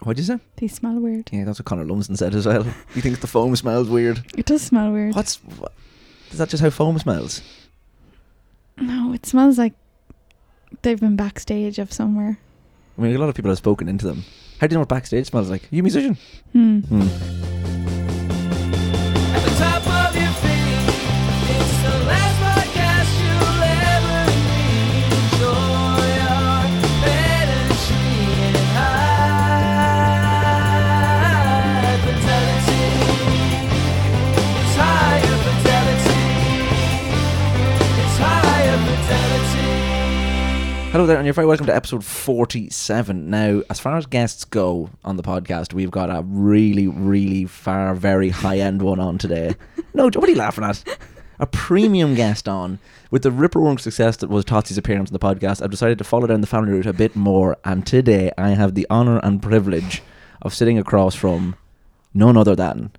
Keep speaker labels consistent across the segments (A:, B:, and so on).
A: What'd you say?
B: They smell weird.
A: Yeah, that's what Connor Lumsden said as well. He thinks the foam smells weird.
B: It does smell weird.
A: What's. What, is that just how foam smells?
B: No, it smells like they've been backstage of somewhere.
A: I mean, a lot of people have spoken into them. How do you know what backstage smells like? You a musician?
B: Hmm.
A: Hmm.
C: At the top of your feed, it's the last podcast you'll ever need. Enjoy our energy and high fidelity. It's higher fidelity. It's higher fidelity.
A: Hello there, and you're very welcome to episode 47. Now, as far as guests go on the podcast, we've got a really, really far, very high end one on today. No, what are you laughing at? A premium guest on. With the rip roaring success that was Totsie's appearance on the podcast, I've decided to follow down the family route a bit more, and today I have the honour and privilege of sitting across from none other than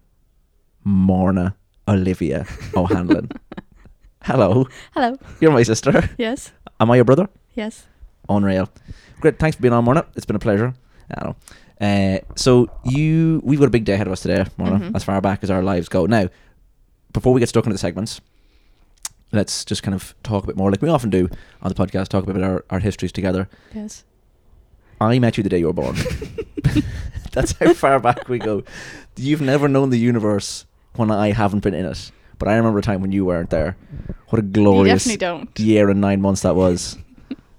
A: Morna Olivia O'Hanlon. Hello,
B: Hello.
A: you're my sister.
B: Yes.
A: Am I your brother?
B: Yes.
A: Unreal. Great. Thanks for being on, Morna. It's been a pleasure. I know. Uh, so you, we've got a big day ahead of us today, Morna.
B: Mhm.
A: As far back as our lives go. Now, before we get stuck into the segments, let's just kind of talk a bit more, like we often do on the podcast, talk a bit about our, our histories together.
B: Yes.
A: I met you the day you were born. That's how far back we go. You've never known the universe when I haven't been in it. But I remember a time when you weren't there. What a glorious
B: You definitely don't.
A: year and nine months that was.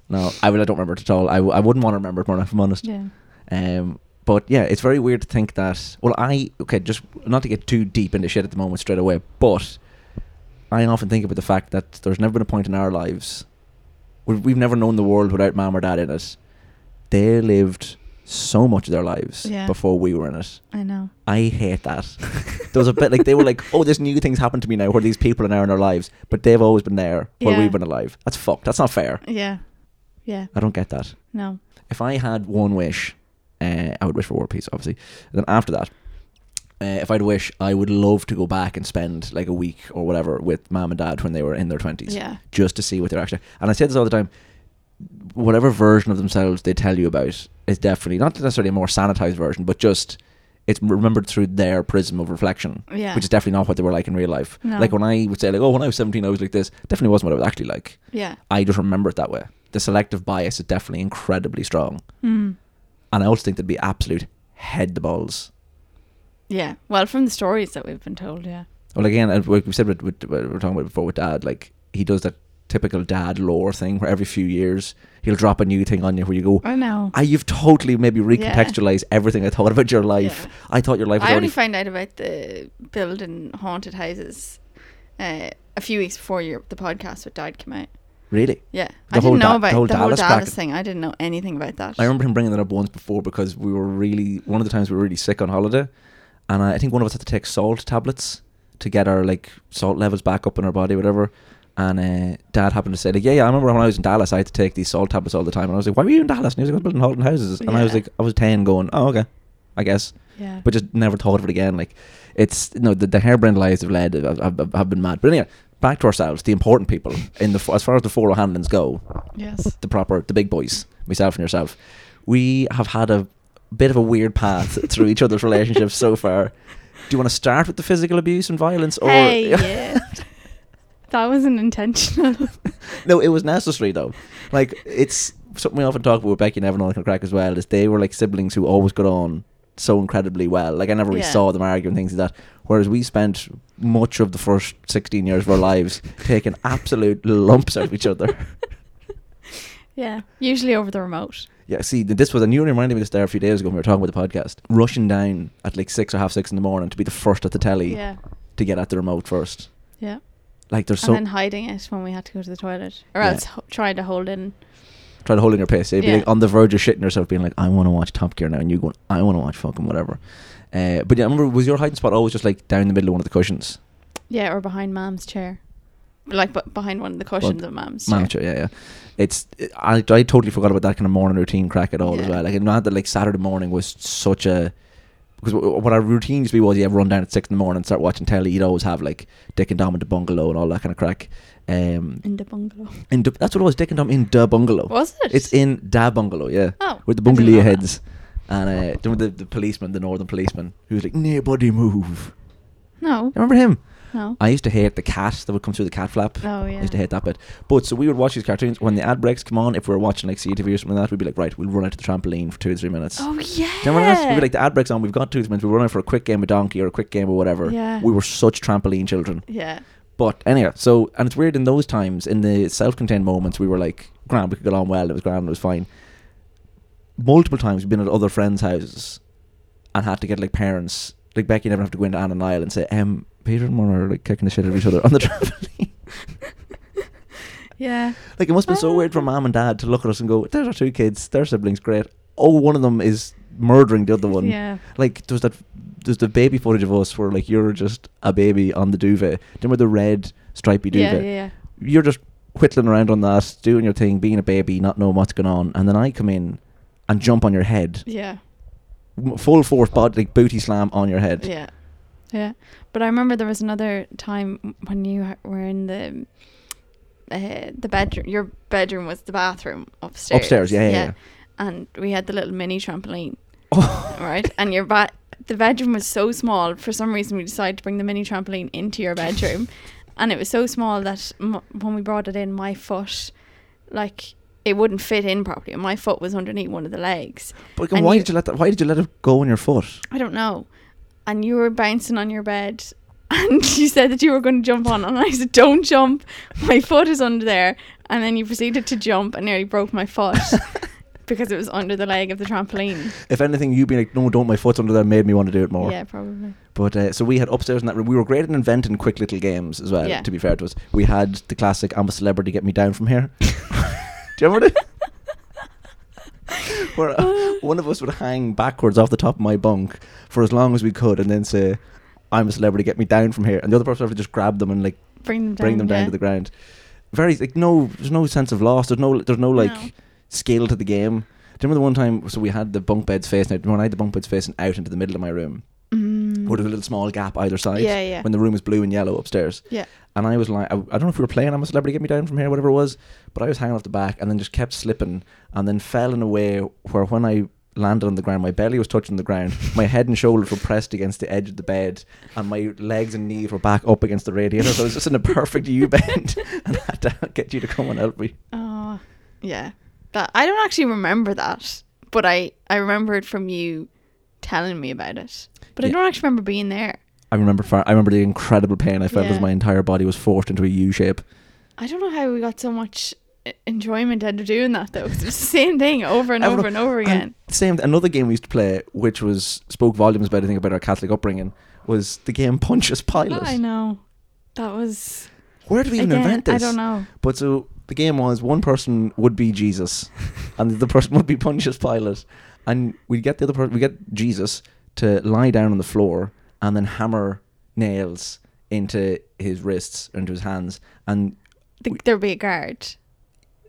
A: No, I, well, I don't remember it at all. I, w- I wouldn't want to remember it more, if I'm honest.
B: Yeah.
A: Um, but yeah, it's very weird to think that. Well, I okay, just not to get too deep into shit at the moment straight away, but I often think about the fact that there's never been a point in our lives where we've never known the world without mom or dad in it. They lived so much of their lives
B: Yeah.
A: before we were in it.
B: I know.
A: I hate that. there was a bit like they were like, "Oh, this new thing's happened to me now, where these people are now in our lives, but they've always been there while
B: Yeah.
A: we've been alive." That's fucked. That's not fair.
B: Yeah. Yeah.
A: I don't get that.
B: No.
A: If I had one wish, uh, I would wish for world peace, obviously. And then after that, uh, if I'd wish, I would love to go back and spend like a week or whatever with mom and dad when they were in their twenties,
B: Yeah.
A: just to see what they're actually. And I say this all the time. Whatever version of themselves they tell you about is definitely not necessarily a more sanitized version, but just it's remembered through their prism of reflection
B: Yeah.
A: which is definitely not what they were like in real life.
B: No.
A: Like when I would say, like, oh, when I was 17, I was like this. Definitely wasn't what I was actually like.
B: yeah.
A: I just remember it that way. The selective bias is definitely incredibly strong,
B: Mm.
A: and I also think that'd be absolute head the balls.
B: Yeah. Well, from the stories that we've been told, yeah.
A: Well, again, and like we said with, with, what we were talking about before with dad, like he does that typical dad lore thing where every few years he'll drop a new thing on you where you go.
B: I know.
A: Ah, you've totally maybe
B: Yeah.
A: recontextualized everything I thought about your life.
B: Yeah.
A: I thought your life was
B: I only
A: already
B: found out about the building haunted houses uh, a few weeks before your, the podcast with Dad came out.
A: really.
B: Yeah,
A: The
B: I
A: whole
B: didn't know
A: Da-
B: about
A: the
B: the
A: whole
B: whole,
A: Dallas
B: Dallas,
A: bracket.
B: thing. I didn't know anything about that.
A: I remember him bringing that up once before because we were really one of the times we were really sick on holiday, and I, I think one of us had to take salt tablets to get our like salt levels back up in our body, whatever. And uh, Dad happened to say, like, yeah, yeah, I remember when I was in Dallas, I had to take these salt tablets all the time. And I was like, why were you in Dallas? And he was like, I was building Halton houses. And I was
B: Yeah.
A: like, I was ten, going, oh okay, I guess,
B: yeah,
A: but just never thought of it again. Like, it's no the, the harebrained lies of led have, have, have been mad. But anyway, back to ourselves, the important people in the as far as the four O'Hanlons go,
B: yes,
A: the proper the big boys, myself and yourself, we have had a bit of a weird path through each other's relationships so far. Do you want to start with the physical abuse and violence, or
B: Hey, yeah. that wasn't intentional.
A: no? It was necessary though. Like it's something we often talk about with Becky and Evan on Crack as well. Is they were like siblings who always got on so incredibly well. Like I never really
B: Yeah.
A: saw them arguing things like that. Whereas we spent much of the first sixteen years of our lives taking absolute lumps out of each other.
B: yeah, usually over the remote.
A: Yeah, see, th- this was, and you only reminded me this there a few days ago when we were talking about the podcast. Rushing down at like six or half six in the morning to be the first at the telly
B: Yeah,
A: to get at the remote first.
B: yeah,
A: Like, there's
B: and
A: so.
B: then hiding it when we had to go to the toilet, or
A: Yeah.
B: else ho- trying to hold in.
A: try to hold in your piss. You'd be
B: Yeah.
A: like on the verge of shitting yourself, being like, I want to watch Top Gear now. And you going, I want to watch fucking whatever. Uh, but yeah, I remember, was your hiding spot always just like down the middle of one of the cushions?
B: Yeah, or behind Mam's chair, like b- behind one of the cushions of Mam's chair.
A: Mount chair, yeah, yeah. It's I, I totally forgot about that kind of morning routine crack at all as
B: Yeah.
A: well. Like, not that like Saturday morning was such a because wh- what our routine used to be was yeah, run down at six in the morning, start watching telly. You'd always have like Dick and Dom in the bungalow and all that kind of crack. Um,
B: In the bungalow.
A: in the, that's what it was, Dick and Dom in the bungalow.
B: Was it?
A: It's in da bungalow, yeah,
B: oh,
A: with the
B: I didn't know
A: bungalow
B: that.
A: heads. And uh, the, the, the policeman, the northern policeman, who was like, nobody move.
B: No.
A: You remember him?
B: No.
A: I used to hate the cat that would come through the cat flap.
B: Oh,
A: I
B: yeah.
A: used to hate that bit. But so we would watch these cartoons. When the ad breaks come on, if we were watching like CTV or something like that, we'd be like, right, we'll run out to the trampoline for two or three minutes.
B: Oh yeah.
A: Do you remember that? We'd be like, the ad breaks on, we've got two or three minutes, we were running for a quick game of donkey or a quick game of whatever.
B: Yeah.
A: We were such trampoline children.
B: Yeah.
A: But anyhow, so and it's weird in those times, in the self-contained moments, we were like, "Grand, we could get on well. It was grand. It was fine." Multiple times we've been at other friends' houses and had to get like parents, like Becky, never have to go into Anne and Niall and say, "Um, Peter and Mona are like kicking the shit out of each other on the trampoline."
B: Yeah.
A: like it must have been so weird for mom and dad to look at us and go, "There's our two kids. Their siblings, great. Oh, one of them is murdering the other one."
B: Yeah.
A: Like there's that there's the baby footage of us where like you're just a baby on the duvet. Do you remember the red stripy duvet?
B: Yeah, yeah, yeah.
A: you're just whittling around on that, doing your thing, being a baby, not knowing what's going on, and then I come in and jump on your head,
B: Yeah.
A: M- full force body like booty slam on your head.
B: Yeah. Yeah. But I remember there was another time when you ha- were in the uh, the bedroom. Your bedroom was the bathroom upstairs.
A: Upstairs, yeah, yeah, yeah.
B: And we had the little mini trampoline,
A: Oh.
B: right? and your ba- the bedroom was so small. For some reason, we decided to bring the mini trampoline into your bedroom, and it was so small that m- when we brought it in, my foot, like. It wouldn't fit in properly, and my foot was underneath one of the legs.
A: But again,
B: And
A: why did you let that? Why did you let it go on your foot?
B: I don't know. And you were bouncing on your bed and you said that you were going to jump on. And I said, don't jump. My foot is under there. And then you proceeded to jump and nearly broke my foot because it was under the leg of the trampoline.
A: If anything, you being like, "No, don't," my foot's under there made me want to do it more.
B: Yeah, probably.
A: But uh, so we had upstairs in that room. We were great at inventing quick little games as well.
B: Yeah.
A: To be fair to us, we had the classic "I'm a celebrity, get me down from here." do you remember that? Where uh, one of us would hang backwards off the top of my bunk for as long as we could, and then say, "I'm a celebrity, get me down from here," and the other person would just grab them and like
B: Bring them down.
A: bring them down
B: yeah.
A: to the ground. Very like no, there's no sense of loss. There's no, there's no like
B: No.
A: scale to the game. Do you remember the one time? So we had the bunk beds facing out. When I had the bunk beds facing out into the middle of my room,
B: Mm.
A: with a little small gap either side.
B: Yeah, yeah.
A: When the room was blue and yellow upstairs.
B: Yeah.
A: And I was like, I, I don't know if we were playing I'm a Celebrity Get Me Down from Here, whatever it was, but I was hanging off the back and then just kept slipping and then fell in a way where when I landed on the ground, my belly was touching the ground, my head and shoulders were pressed against the edge of the bed, and my legs and knees were back up against the radiator. So I was just in a perfect U bend and I had to get you to come and help me.
B: Oh, yeah. That I don't actually remember that, but I, I remember it from you telling me about it. But I
A: Yeah.
B: don't actually remember being there.
A: I remember far, I remember the incredible pain I felt
B: Yeah.
A: as my entire body was forced into a U shape.
B: I don't know how we got so much e- enjoyment out of doing that though. 'cause it was the same thing over and
A: I don't
B: over
A: know.
B: and over
A: And
B: again.
A: same another game we used to play, which was spoke volumes about I think about our Catholic upbringing, was the game Pontius Pilate.
B: Oh, I know. That was
A: Where did we even
B: again,
A: invent this?
B: I don't know.
A: But so the game was one person would be Jesus, and the other person would be Pontius Pilate, and we'd get the other person, we get Jesus to lie down on the floor and then hammer nails into his wrists, into his hands, and
B: The,
A: We-
B: there'd be a guard.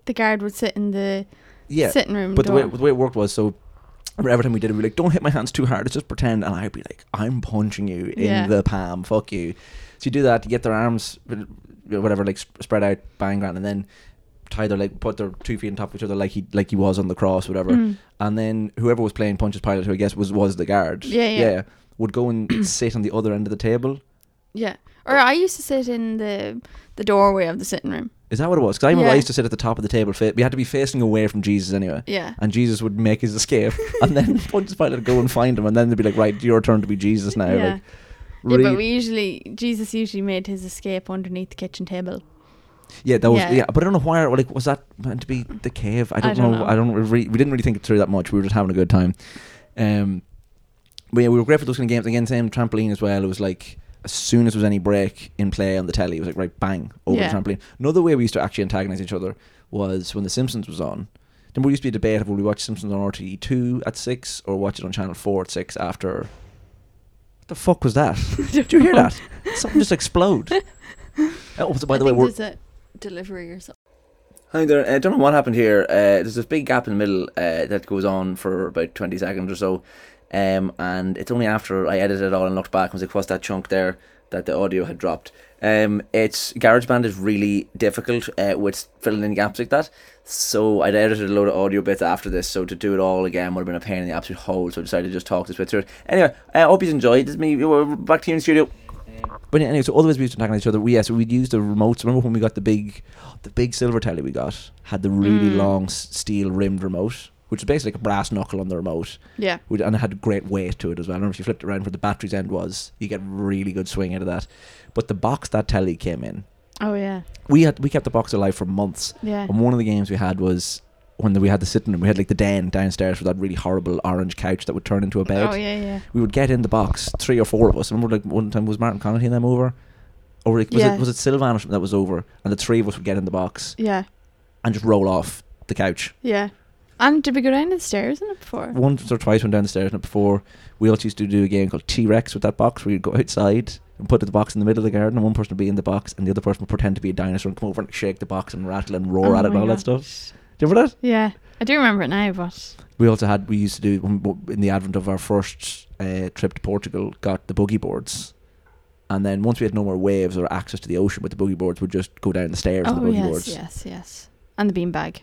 B: The guard would sit in the
A: yeah,
B: sitting room
A: But the
B: door.
A: way, the way it worked was so. remember Every time we did it, we were like, "Don't hit my hands too hard. It's just pretend." And I'd be like, "I'm punching you in
B: Yeah.
A: the palm. Fuck you." So you do that. You get their arms, whatever, like sp- spread out, bang, grand, and then tie their leg, put their two feet on top of each other, like he like he was on the cross, whatever.
B: Mm.
A: And then whoever was playing Pontius Pilate, who I guess was was the guard,
B: Yeah, yeah.
A: would go and sit on the other end of the table.
B: yeah. Or I used to sit in the the doorway of the sitting room.
A: Is that what it was? Because I remember I
B: Yeah.
A: used to sit at the top of the table. fa- We had to be facing away from Jesus anyway.
B: Yeah.
A: and Jesus would make his escape, and then Pontius Pilate would go and find him, and then they'd be like, "Right, your turn to be Jesus now."
B: yeah.
A: Like,
B: yeah,
A: really-
B: but we usually Jesus usually made his escape underneath the kitchen table.
A: yeah, that was yeah.
B: yeah.
A: But I don't know why. or, Like, was that meant to be the cave? I don't, know. I don't. Re- we didn't really think it through that much. We were just having a good time. Um, but yeah, we were great for those kind of games. Again, same trampoline as well. It was like as soon as there was any break in play on the telly, it was like right bang over
B: Yeah.
A: the trampoline. Another way we used to actually antagonize each other was when The Simpsons was on. Then we used to be a debate of will we watch Simpsons on RTE two at six or watch it on Channel Four at six after. What the fuck was that? Did you hear that? Something just explode. Oh, so by the way, we're,
B: there's a delivery or something.
A: Hi there. I don't know what happened here. Uh, there's this big gap in the middle uh, that goes on for about 20 seconds or so. Um, and it's only after I edited it all and looked back and was like, what's that chunk there? that the audio had dropped. Um, it's GarageBand is really difficult uh, with filling in gaps like that. So I'd edited a load of audio bits after this. So to do it all again would have been a pain in the absolute hole. So I decided to just talk this bit through it. Anyway, I hope you enjoyed. This is me. We're back to you in the studio. But yeah, anyway, so all the ways we used to talk on each other, we yeah, so we'd use the remotes. Remember when we got the big, the big silver telly we got had the really
B: Mm.
A: long s- steel rimmed remote, which was basically like a brass knuckle on the remote,
B: Yeah.
A: which, and it had great weight to it as well. I don't know if you flipped it around where the battery's end was, you get really good swing out of that. But the box that telly came in,
B: Oh yeah.
A: we had we kept the box alive for months.
B: Yeah.
A: And one of the games we had was when we had the sitting room, we had like the den downstairs with that really horrible orange couch that would turn into a bed
B: Oh yeah, yeah.
A: we would get in the box, three or four of us. I remember, like one time was Martin Connolly and them over, or like, was
B: Yeah.
A: it was it Sylvan or something that was over, and the three of us would get in the box
B: Yeah.
A: and just roll off the couch.
B: Yeah. And did we go down the stairs in it before?
A: Once or twice went down the stairs and before. We also used to do a game called T Rex with that box, where you'd go outside and put the box in the middle of the garden, and one person would be in the box, and the other person would pretend to be a dinosaur and come over and shake the box and rattle and roar
B: Oh
A: at it and
B: my
A: all that stuff.
B: gosh.
A: Do you remember that?
B: Yeah. I do remember it now, but
A: We also had we used to do when- w- in the advent of our first uh, trip to Portugal, got the boogie boards, and then once we had no more waves or access to the ocean with the boogie boards, would just go down the stairs with
B: oh
A: the boogie
B: yes,
A: boards.
B: yes, yes. And the beanbag.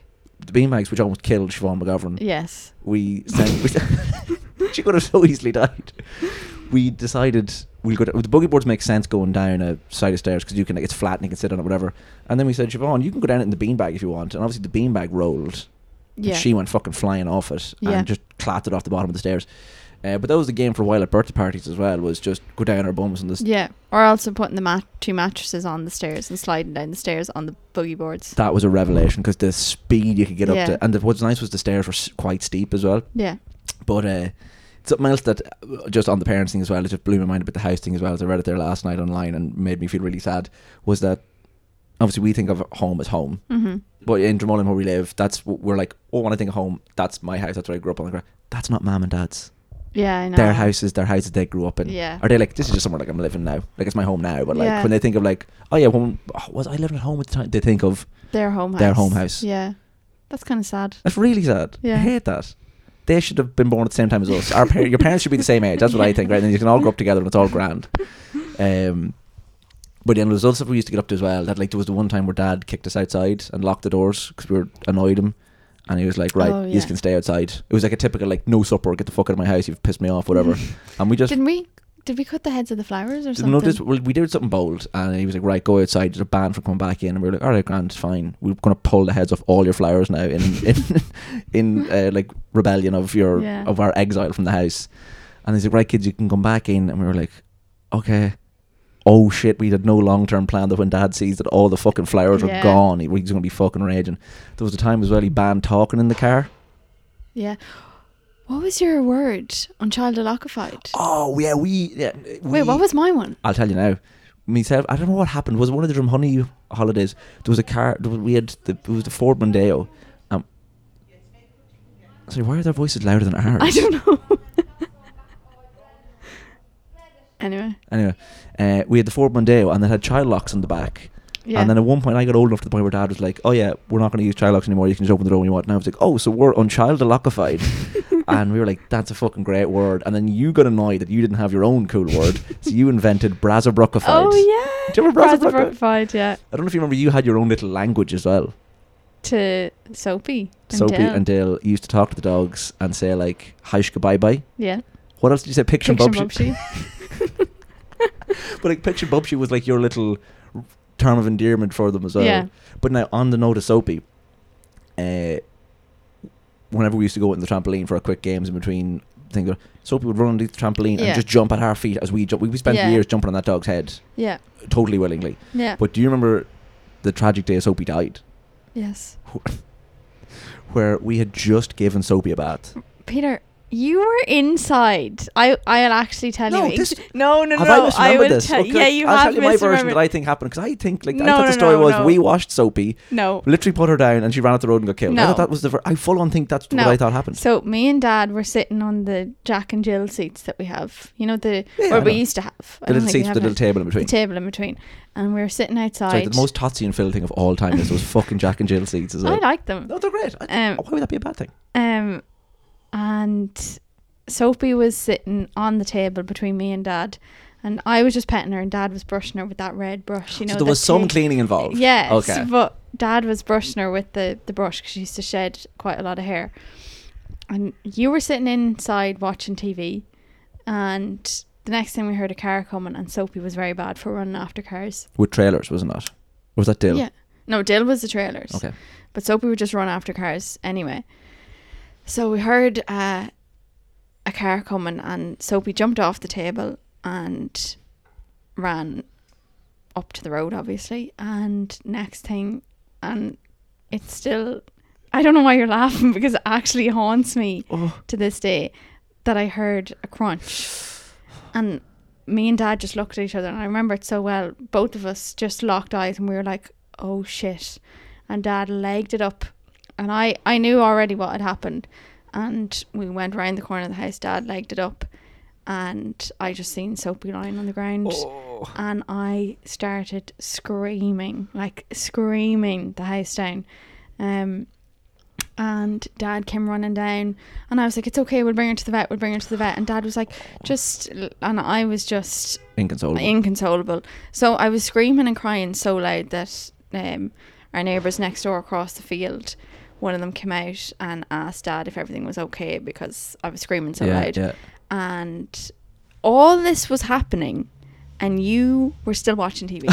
A: The beanbags, which almost killed Siobhan McGovern,
B: Yes.
A: we sent, we sent- she could have so easily died. We decided we'll go. To, the boogie boards make sense going down a side of stairs because you can like it's flat and you can sit on it whatever. And then we said Siobhan, you can go down it in the beanbag if you want. And obviously the beanbag rolled. And
B: Yeah.
A: she went fucking flying off it
B: Yeah.
A: and just clapped it off the bottom of the stairs. Uh, but that was the game for a while at birthday parties as well. Was just go down our bums and this.
B: yeah. Or also putting the mat two mattresses on the stairs and sliding down the stairs on the boogie boards.
A: That was a revelation because the speed you could get
B: Yeah.
A: up to, and the, what's nice was the stairs were s- quite steep as well.
B: Yeah.
A: But uh, something else that uh, just on the parents thing as well, it just blew my mind about the house thing as well. As I read it there last night online and made me feel really sad. Was that obviously we think of home as home,
B: Mhm.
A: but in Drumullen where we live, that's we're like, oh, when I think of home, that's my house. That's where I grew up on the ground. That's not mom and dad's.
B: Yeah, I know.
A: their houses, their houses they grew up in.
B: Yeah.
A: Are they like this is just somewhere like I'm living now, like it's my home now? But like
B: Yeah.
A: when they think of like, oh yeah, when oh, was I living at home at the time? They think of
B: Their home house.
A: Their home house.
B: Yeah. That's kind of sad.
A: that's really sad. I
B: Yeah.
A: hate that. They should have been born at the same time as us. Our par- your parents should be the same age. That's what I think, right? And then you can all grow up together and it's all grand. Um, but then there was other stuff we used to get up to as well. That like there was the one time where Dad kicked us outside and locked the doors because we were annoyed him, and he was like, "Right,
B: Oh,
A: you
B: yeah.
A: can stay outside." It was like a typical like no supper, get the fuck out of my house. You've pissed me off, whatever. and we just
B: Didn't we did we cut the heads of the flowers or something?
A: No, this, well, we did something bold, and he was like, "Right, go outside. There's a ban for coming back in." And we were like, "All right, grand, it's fine. We're going to pull the heads off all your flowers now in in, in uh, like rebellion of your
B: Yeah.
A: of our exile from the house." And he's like, "Right, kids, you can come back in." And we were like, "Okay." Oh shit, we had no long term plan that when dad sees that all the fucking flowers
B: Yeah.
A: are gone, he- he's going to be fucking raging. There was a time as well he banned talking in the car.
B: Yeah. What was your word on child alockified?
A: Oh, yeah, we. Yeah,
B: Wait, what was my one?
A: I'll tell you now. Myself, I don't know what happened. Was it one of the Drumhoney holidays? There was a car. There was, we had the, it was the Ford Mondeo. Um, sorry, why are their voices louder than ours?
B: I don't know. anyway.
A: Anyway, uh, we had the Ford Mondeo, and it had child locks on the back.
B: Yeah.
A: And then at one point, I got old enough to the point where Dad was like, "Oh yeah, we're not going to use child locks anymore. You can just open the door when you want." And I was like, "Oh, so we're unchild lockified." and we were like, "That's a fucking great word." And then you got annoyed that you didn't have your own cool word, so you invented brazzabruckified.
B: Oh yeah.
A: Do you remember Brazza
B: Brazza Brockified, yeah.
A: I don't know if you remember. You had your own little language as well.
B: To Soapy. and
A: Soapy
B: Dale.
A: and Dale used to talk to the dogs and say like "Haishka bye bye."
B: Yeah.
A: What else did you say? Picture,
B: Picture
A: Picture Bubshy. but like Picture Bubshy was like your little r- term of endearment for them as well.
B: Yeah.
A: But now on the note of Soapy, uh, whenever we used to go on the trampoline for our quick games in between things, Soapy would run underneath the trampoline
B: Yeah.
A: and just jump at our feet as we jump. We spent
B: Yeah.
A: years jumping on that dog's head,
B: Yeah.
A: totally willingly.
B: Yeah.
A: But do you remember the tragic day Soapy died,
B: Yes.
A: where we had just given Soapy a bath?
B: Peter, you were inside. I I'll actually tell
A: No,
B: you.
A: this-
B: no, no,
A: have
B: no.
A: I misremembered
B: will
A: this?
B: tell
A: Okay,
B: Yeah, you
A: I'll tell
B: have
A: you my version
B: misremembered-
A: that I think happened because I think like I
B: No,
A: thought the
B: no,
A: story
B: no,
A: was
B: no.
A: we washed Soapy,
B: No.
A: literally put her down, and she ran up the road and got killed. I
B: No.
A: thought that was the ver- I full on think that's
B: No.
A: what I thought happened.
B: So me and Dad were sitting on the Jack and Jill seats that we have. You know the
A: Yeah,
B: where
A: I
B: we
A: know.
B: used to have. I
A: the
B: don't
A: little
B: think we
A: seats with
B: have
A: the
B: now.
A: little table in between.
B: The table in between, and we were sitting outside.
A: Sorry, the most Totsy and Phil thing of all time is those fucking Jack and Jill seats as well.
B: I like them.
A: no, they're great. I-
B: Um,
A: why would that be a bad thing?
B: Um, and Soapy was sitting on the table between me and Dad, And I was just petting her, and Dad was brushing her with that red brush. You know,
A: so there was
B: that
A: some
B: big-
A: cleaning involved.
B: Yes,
A: Okay.
B: but Dad was brushing her with the the brush because she used to shed quite a lot of hair. And you were sitting inside watching TV, and the next thing we heard a car coming, and Soapy was very bad for running after cars.
A: With trailers, was it not? Or was that Dill?
B: Yeah. No, Dill was the trailers.
A: Okay.
B: But Soapy would just run after cars anyway. So we heard uh, a car coming, and Soapy jumped off the table and ran up to the road, obviously. And next thing, and it's still. I don't know why you're laughing because it actually haunts me
A: Oh,
B: to this day that I heard a crunch. And me and dad just looked at each other and I remember it so well. Both of us just locked eyes and we were like, oh shit. And dad legged it up. And I, I knew already what had happened. And we went round the corner of the house. Dad legged it up. And I just seen Soapy lying on the ground. And I started screaming, like screaming the house down. Um, and dad came running down and i was like it's okay we'll bring her to the vet we'll bring her to the vet and dad was like just and i was just
A: Inconsolable.
B: inconsolable so i was screaming and crying so loud that um, our neighbours next door across the field one of them came out and asked dad if everything was okay because i was screaming so
A: yeah,
B: loud
A: yeah.
B: and all this was happening and you were still watching TV.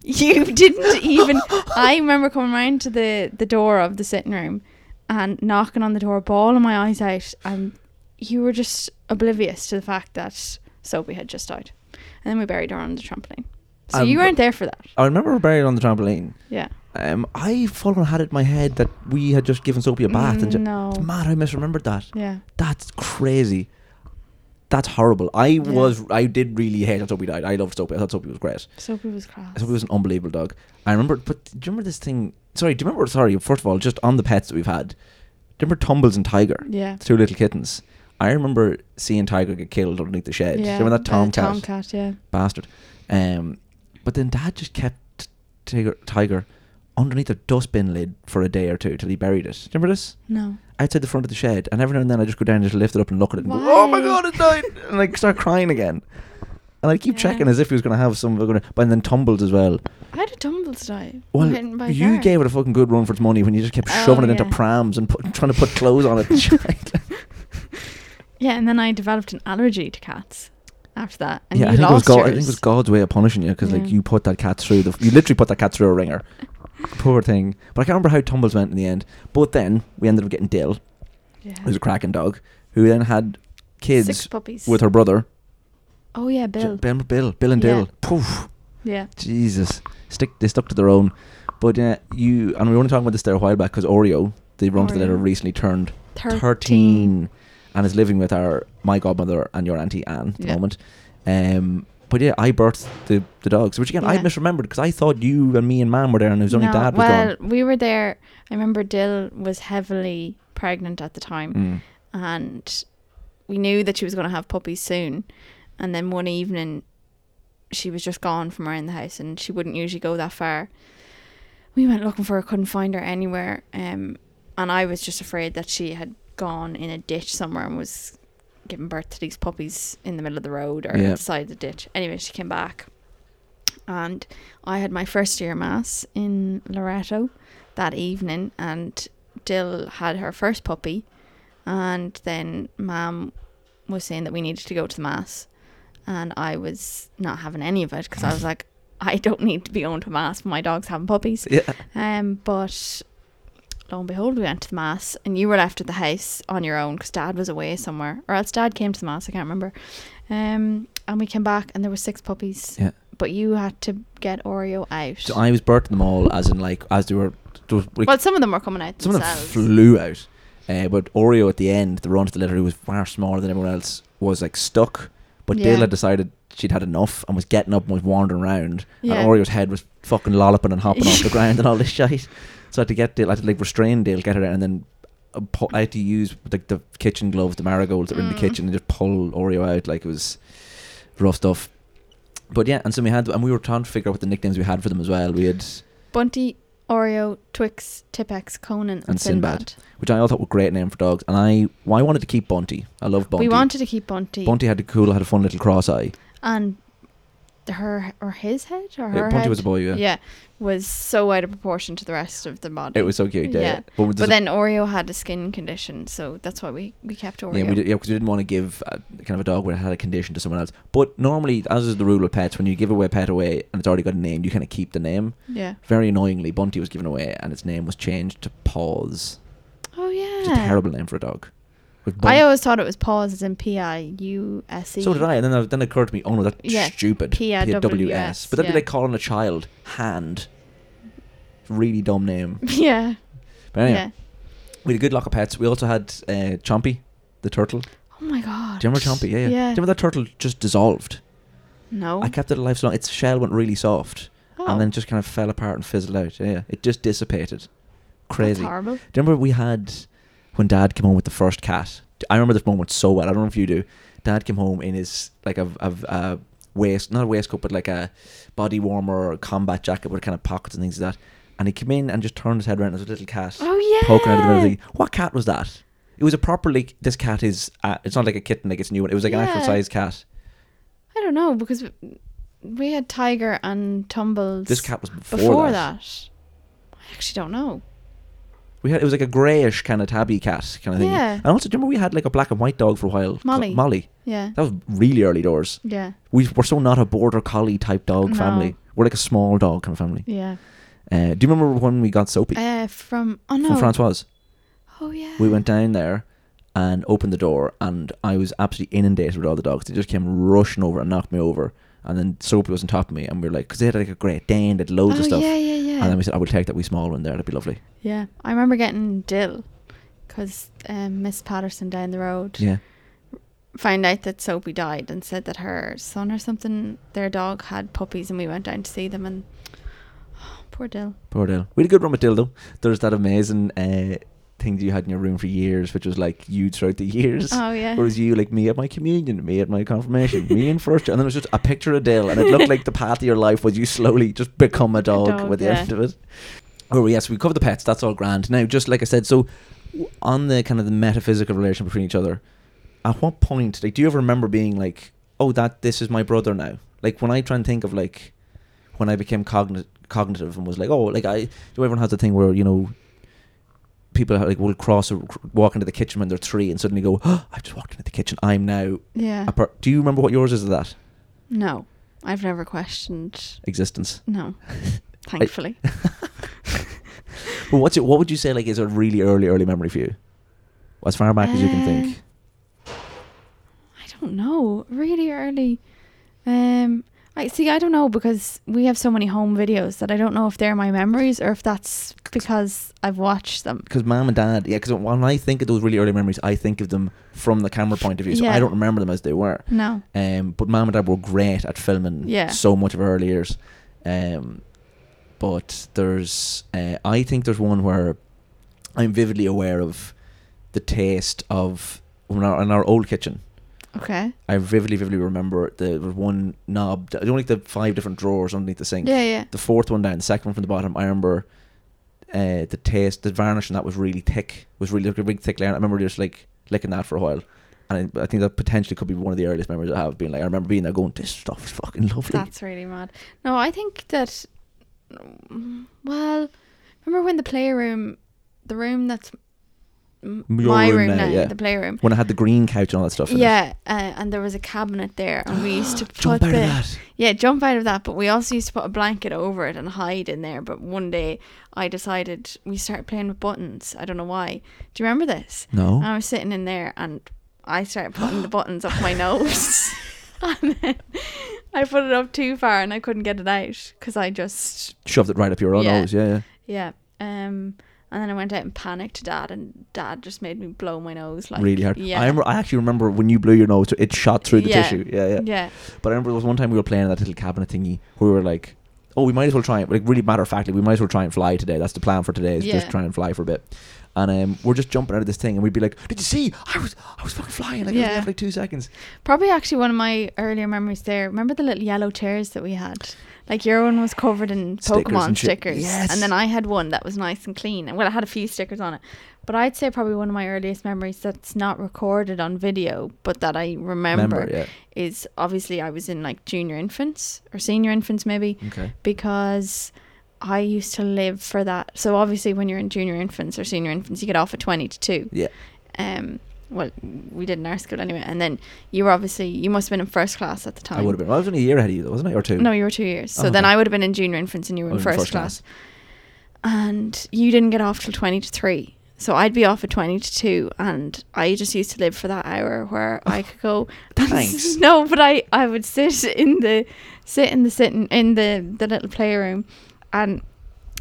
B: you didn't even I remember coming round to the, the door of the sitting room and knocking on the door, bawling my eyes out, and you were just oblivious to the fact that Soapy had just died. And then we buried her on the trampoline. So
A: Um,
B: you weren't there for that.
A: I remember we buried on the trampoline.
B: Yeah.
A: Um, I full on had it in my head that we had just given Soapy a bath. and ju-
B: Mm, No.
A: It's mad, I misremembered that.
B: Yeah.
A: That's crazy. That's horrible. I was, I did really hate that Soapy died. I loved Soapy. I thought Soapy was great.
B: Soapy was class.
A: I thought it was an um- unbelievable dog. I remember, but do you remember this thing? Sorry, do you remember? Sorry, first of all, just on the pets that we've had, do you remember Tumbles and Tiger?
B: Yeah.
A: Two little kittens. I remember seeing Tiger get killed underneath the shed. Do you remember that
B: by the
A: tomcat?
B: Uh, Tomcat, yeah.
A: Bastard. Um, but then Dad just kept Tiger, Tiger underneath a dustbin lid for a day or two till he buried it. Do you remember this?
B: No.
A: Outside the front of the shed, and every now and then I just go down and just lift it up and look at it. And go, oh my
B: Why?
A: god, it died! and I start crying again. And I keep
B: Yeah.
A: checking as if he was going to have some. But then tumbled as well.
B: How did Tumbles die?
A: Well,
B: Bitten by a
A: you
B: car.
A: gave it a fucking good run for its money when you just kept
B: Oh,
A: shoving it into
B: yeah.
A: prams and put, trying to put clothes on it.
B: Yeah, and then I developed an allergy to cats after that. And
A: yeah,
B: you
A: I think, it was
B: lost
A: God, I think it
B: yours.
A: was God's way of punishing you because like
B: Yeah.
A: you put that cat through the you literally put that cat through a ringer. Poor thing. But I can't remember how Tumbles went in the end. But then we ended up getting Dill,
B: Yeah.
A: who's a cracking dog, who then had kids
B: Six puppies.
A: with her brother.
B: oh yeah,
A: J-
B: Bill.
A: Bill, Bill, Bill and
B: Yeah.
A: Dill. Poof.
B: Yeah.
A: Jesus, stick they stuck to their own. But uh, you and we were only talking about this there a while back because Oreo, the run to the
B: Oreo.
A: letter, recently turned 13.
B: 13.
A: and is living with our my godmother and your auntie Anne at the
B: Yeah.
A: moment. Um, but yeah, I birthed the, the dogs, which again I
B: Yeah.
A: misremembered because I thought you and me and Mam were there, and it was only
B: No,
A: Dad was
B: well,
A: gone.
B: we were there. I remember Dill was heavily pregnant at the time,
A: Mm.
B: and we knew that she was going to have puppies soon. And then one evening, she was just gone from around the house, and she wouldn't usually go that far. We went looking for her, couldn't find her anywhere, um, and I was just afraid that she had gone in a ditch somewhere and was giving birth to these puppies in the middle of the road or
A: Yeah.
B: the side of the ditch. Anyway, she came back, and I had my first year mass in Loretto that evening, and Dill had her first puppy, and then Mam was saying that we needed to go to the mass, and I was not having any of it because I was like, I don't need to be going to mass for my dog's having puppies.
A: Yeah,
B: Um, but lo and behold, we went to the mass, and you were left at the house on your own because Dad was away somewhere, or else Dad came to the mass. I can't remember. Um, and we came back, and there were six puppies.
A: Yeah.
B: But you had to get Oreo out.
A: so I was birthing them all, as in like as they were. there was, like,
B: well, some of them were coming out
A: Some of them
B: themselves.
A: flew out. Uh, but Oreo at the end, the run to the litter, who was far smaller than everyone else, was like stuck. But Dale
B: Yeah.
A: had decided she'd had enough and was getting up and was wandering around.
B: Yeah.
A: And Oreo's head was fucking lolloping and hopping off the ground and all this shit. So I had to get Dale, I had to like restrain Dale, get her out, and then uh, pu- I had to use like the kitchen gloves, the marigolds that were in the
B: Mm.
A: kitchen, and just pull Oreo out. Like it was rough stuff. But yeah, and so we had, and we were trying to figure out what the nicknames we had for them as well. We had.
B: Bunty, Oreo, Twix, Tipex, Conan, and,
A: And Sinbad.
B: Sinbad.
A: which I all thought were a great name for dogs. And I, well, I wanted to keep Bunty. I love Bunty.
B: We wanted to keep Bunty,
A: Bunty had a cool, had a fun little cross eye.
B: and her or his head or
A: Yeah,
B: her
A: Ponty
B: head?
A: was a boy, yeah.
B: was so out of proportion to the rest of the body.
A: It was so cute. Yeah.
B: Yeah.
A: But, there's
B: But
A: a-
B: then Oreo had a skin condition, so that's why we, we kept Oreo.
A: yeah, we did, yeah, because we didn't want to give uh kind of a dog where it had a condition to someone else. But normally, as is the rule with pets, when you give away a pet away and it's already got a name, you kind of keep the name.
B: Yeah.
A: Very annoyingly, Bunty was given away and its name was changed to Paws,
B: Oh yeah.
A: which is a terrible name for a dog. With
B: I
A: Bun-
B: always thought it was pause as in P I U S E.
A: So did I, and then I- then it occurred to me, oh no, that's
B: Yeah,
A: stupid.
B: PRWS,
A: PRWS. But that'd
B: yeah.
A: be like calling a child hand. Really dumb name.
B: Yeah.
A: But anyway,
B: Yeah.
A: we had a good lock of pets. We also had uh, Chompy, the turtle.
B: Oh my god.
A: Do you remember Chompy? Yeah, yeah. Do you
B: Yeah.
A: remember that turtle just dissolved?
B: No.
A: I kept it alive so long. Its shell went really soft,
B: Oh.
A: and then just kind of fell apart and fizzled out. Yeah, it just dissipated. Crazy.
B: That's horrible.
A: Do you remember we had when Dad came home with the first cat? I remember this moment so well. I don't know if you do. Dad came home in his like a, a, a waist, not a waistcoat, but like a body warmer or combat jacket with kind of pockets and things like that. And he came in and just turned his head around. There was a little cat
B: Oh yeah.
A: poking out of the middle of the thing. What cat was that? It was a properly. This cat is. Uh, it's not like a kitten. Like it's a new one. It was like an actual
B: Yeah.
A: size cat.
B: I don't know because we had Tiger and Tumbles.
A: This cat was before,
B: before
A: that.
B: that. I actually don't know.
A: We had it was like a greyish kind of tabby cat kind of thing.
B: Yeah.
A: And also, do you remember we had like a black and white dog for a while? called
B: Molly.
A: Molly.
B: Yeah.
A: That was really early doors.
B: Yeah.
A: We were so not a border collie type dog
B: No.
A: family. We're like a small dog kind of family.
B: Yeah.
A: Uh, do you remember when we got Soapy
B: Uh, from oh no.
A: from Francoise?
B: Oh yeah.
A: We went down there and opened the door, and I was absolutely inundated with all the dogs. They just came rushing over and knocked me over. And then Soapy was on top of me, and we were like, because they had like a Great Dane, they had loads
B: oh
A: of stuff.
B: yeah, yeah, yeah.
A: And then we said, I will take that wee small one there, that'd be lovely.
B: Yeah, I remember getting Dill because um, Miss Patterson down the road
A: Yeah.
B: found out that Soapy died and said that her son or something, their dog had puppies, and we went down to see them. And poor Dill.
A: Poor Dill. We had a good run with Dill though. There's that amazing uh, thing that you had in your room for years, which was like you throughout the years.
B: Oh, yeah.
A: Whereas you like me at my communion, me at my confirmation, me in first, and then it was just a picture of Dill, and it looked like the path of your life was you slowly just become a dog,
B: dog,
A: with the
B: yeah.
A: end of it. Oh yes, we covered the pets. That's all grand. Now, just like I said, so w- on the kind of the metaphysical relation between each other, at what point, like, do you ever remember being like, "Oh, that this is my brother now"? Like when I try and think of like when I became cognitive, cognitive and was like, oh, like I, do everyone has the thing where you know, people are, like will cross or cr- walk into the kitchen when they're three and suddenly go, oh, I've just walked into the kitchen. I'm now.
B: Yeah.
A: A per-. Do you remember what yours is? Of that
B: no, I've never questioned.
A: existence.
B: No, thankfully.
A: But what's it? What would you say like is a really early, early memory for you? As far back as you can
B: Um,
A: think.
B: I don't know. Really early. Um, I see. I don't know because we have so many home videos that I don't know if they're my memories or if that's because I've watched them.
A: Because mom and dad, yeah. Because when I think of those really early memories, I think of them from the camera point of view. So
B: Yeah.
A: I don't remember them as they were.
B: No.
A: Um, but mom and dad were great at filming
B: Yeah.
A: so much of our early years. Um, but there's, uh, I think there's one where I'm vividly aware of the taste of in our, in our old kitchen.
B: Okay.
A: I vividly, vividly remember the there was one knob, you know, like the five different drawers underneath the sink.
B: Yeah, yeah.
A: The fourth one down, the second one from the bottom. I remember uh, the taste, the varnish, and that was really thick. Was really like a big thick layer. I remember just like licking that for a while, and I, I think that potentially could be one of the earliest memories I have. Being like, I remember being there, going, "This stuff is fucking lovely."
B: That's really mad. No, I think that. mm, Well, remember when the playroom, the room that's m-
A: Your
B: my
A: room
B: room,
A: now,
B: now,
A: yeah.
B: the playroom.
A: when I had the green couch and all that stuff. In it.
B: Yeah, uh, and there was a cabinet there, and we used to put
A: jump out of
B: the-
A: that.
B: yeah jump out of that. But we also used to put a blanket over it and hide in there. But one day, I decided we started playing with buttons. I don't know why. Do you remember this?
A: No.
B: And I was sitting in there and I started putting the buttons up my nose. and then I put it up too far and I couldn't get it out because I just,
A: Shoved it right up your own
B: Yeah.
A: nose. Yeah, yeah.
B: yeah. Um, and then I went out and panicked to dad and dad just made me blow my nose like
A: really hard.
B: Yeah.
A: I remember. I actually remember when you blew your nose, it shot through the
B: Yeah.
A: tissue. Yeah, yeah.
B: yeah.
A: But I uh, remember there was one time we were playing in that little cabinet thingy where we were like, oh, we might as well try it. Like, really matter of factly, we might as well try and fly today. That's the plan for today is just
B: Yeah.
A: try and fly for a bit. And um, we're just jumping out of this thing, and we'd be like, "Did you see? I was, I was fucking flying! Like, I was in
B: Yeah.
A: there for like two seconds."
B: Probably actually one of my earlier memories there. Remember the little yellow chairs that we had? Like your one was covered in
A: Stickers
B: Pokemon
A: and shit.
B: stickers.
A: Yes.
B: And then I had one that was nice and clean. And well, it had a few stickers on it. But I'd say probably one of my earliest memories that's not recorded on video, but that I remember,
A: yeah.
B: is obviously I was in like junior infants or senior infants maybe
A: Okay.
B: because I used to live for that. So obviously, when you're in junior infants or senior infants, you get off at twenty to two.
A: Yeah.
B: Um. Well, we did in our school anyway, and then you were obviously you must have been in first class at the time.
A: I would have been. Well, I was only a year ahead of you, though, wasn't I? Or two?
B: No, you were two years. So
A: Oh,
B: then
A: okay.
B: I would have been in junior infants, and you were
A: I was
B: in first, class. And you didn't get off till twenty to three. So I'd be off at twenty to two, and I just used to live for that hour where I could go.
A: Oh, Thanks.
B: no, but I I would sit in the sit in the sitting in the the little playroom, and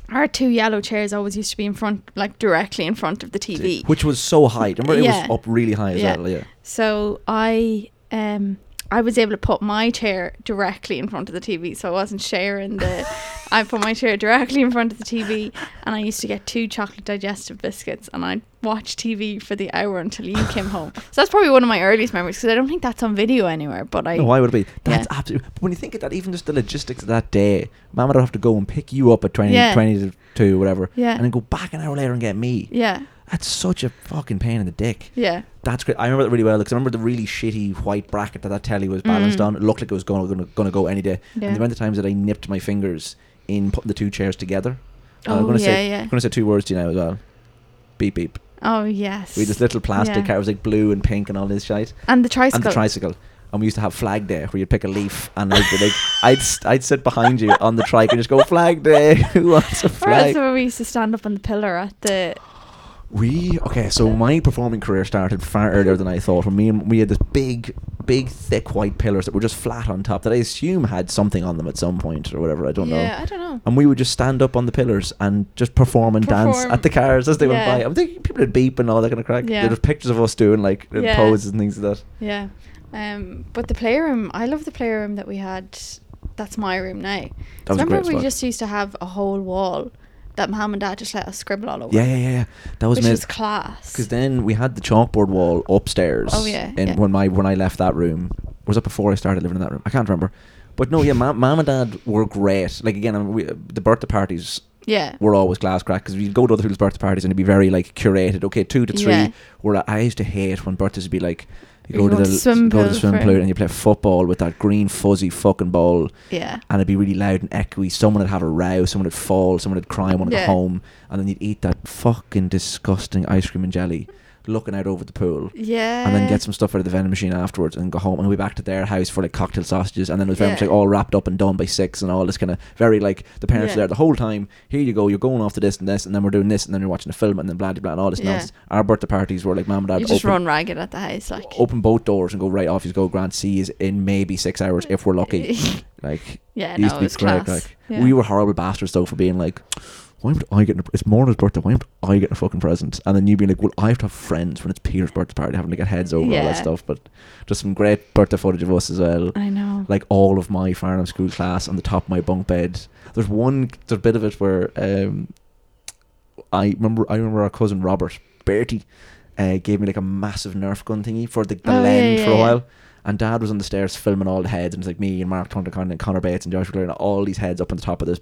B: our two yellow chairs always used to be in front, like directly in front of the TV.
A: Which was so high. Remember, it
B: Yeah.
A: was up really high as
B: Yeah.
A: well. Yeah.
B: So I um I was able to put my chair directly in front of the TV, so I wasn't sharing the. uh, I put my chair directly in front of the TV, and I used to get two chocolate digestive biscuits, and I'd watch TV for the hour until you came home. So that's probably one of my earliest memories because I don't think that's on video anywhere. But I
A: No, why would it be?
B: Yeah.
A: That's absolutely. But when you think of that, even just the logistics of that day, Mama would have to go and pick you up at 20,
B: Yeah.
A: 20 to 2, whatever,
B: Yeah.
A: and then go back an hour later and get me.
B: yeah
A: That's such a fucking pain in the dick.
B: yeah
A: That's great. I remember that really well because I remember the really shitty white bracket that that telly was balanced
B: Mm.
A: on. It looked like it was going to, going to go any day.
B: Yeah.
A: And the amount of times that I nipped my fingers in putting the two chairs together. And
B: Oh,
A: I'm gonna say,
B: yeah, yeah.
A: I'm going to say two words to you now as well. Beep beep.
B: oh yes
A: We had this little plastic
B: Yeah.
A: car. It was like blue and pink and all this shite.
B: and the tricycle
A: And the tricycle. And we used to have flag day where you'd pick a leaf and I'd be like, I'd, st- I'd sit behind you on the trike and just go, flag day. Who wants a
B: Or else
A: flag?
B: where we used to stand up on the pillar at the
A: We okay, so my performing career started far earlier than I thought. When me and we had this big, big, thick white pillars that were just flat on top that I assume had something on them at some point or whatever. I don't know.
B: yeah I don't know
A: And we would just stand up on the pillars and just perform and dance
B: Perform.
A: at the cars as they went
B: Yeah.
A: by. I'm thinking people would beep and all that kind of crack.
B: Yeah.
A: There were pictures of us doing like
B: Yeah.
A: poses and things like that.
B: Yeah. Um, but the playroom, I love the playroom that we had. That's my room now.
A: That was a
B: remember,
A: great
B: we
A: spot.
B: just used to have a whole wall that mom and dad just let us scribble all over.
A: Yeah, yeah, yeah. yeah. That was
B: which
A: made-
B: was class.
A: Because then we had the chalkboard wall upstairs.
B: Oh, yeah,
A: And
B: yeah.
A: when my when I left that room, was that before I started living in that room? I can't remember. But no, yeah, ma- mom and dad were great. Like again, I mean, we, the birthday parties
B: yeah,
A: were always glass crack because we'd go to other people's birthday parties and it'd be very like curated. Okay, two to three.
B: Yeah.
A: Where I, I used to hate when birthdays would be like. You
B: Or
A: go, to
B: you go
A: the,
B: to swim
A: go to the
B: pool
A: swim
B: for-
A: pool and you play football with that green fuzzy fucking ball
B: yeah,
A: and it'd be really loud and echoey. Someone would have a row, someone would fall, someone would cry, someone would
B: Yeah.
A: go home, and then you'd eat that fucking disgusting ice cream and jelly, looking out over the pool,
B: yeah.
A: and then get some stuff out of the vending machine afterwards, and go home and we'd be back to their house for like cocktail sausages, and then it was very much
B: Yeah.
A: like all wrapped up and done by six, and all this kind of very like the parents
B: Yeah.
A: are there the whole time. Here you go, you're going off to this and this, and then we're doing this, and then you're watching a film, and then blah blah blah, and all this
B: Yeah.
A: nonsense. Our birthday parties were like mom and dad
B: You just
A: open,
B: run ragged at the house, like
A: open both doors and go right off. You go, Grant C is in maybe six hours if we're lucky. Like
B: yeah,
A: used to
B: no, it
A: be
B: was class.
A: great, Like
B: yeah.
A: we were horrible bastards though for being like, why would I get? An, it's Morna's birthday. Why would I get a fucking present? And then you being like, well, I have to have friends when it's Peter's birthday party, having to get heads over all
B: Yeah.
A: that stuff. But just some great birthday footage of us as well.
B: I know.
A: Like all of my Farnham school class on the top of my bunk bed. There's one there's a bit of it where um, I remember I remember our cousin Robert Bertie uh, gave me like a massive Nerf gun thingy for the, the
B: Oh, yeah,
A: lend
B: yeah,
A: for a
B: yeah.
A: while. And Dad was on the stairs filming all the heads, and it's like me and Mark Thundercon and Connor Bates and Josh McLaren, all these heads up on the top of this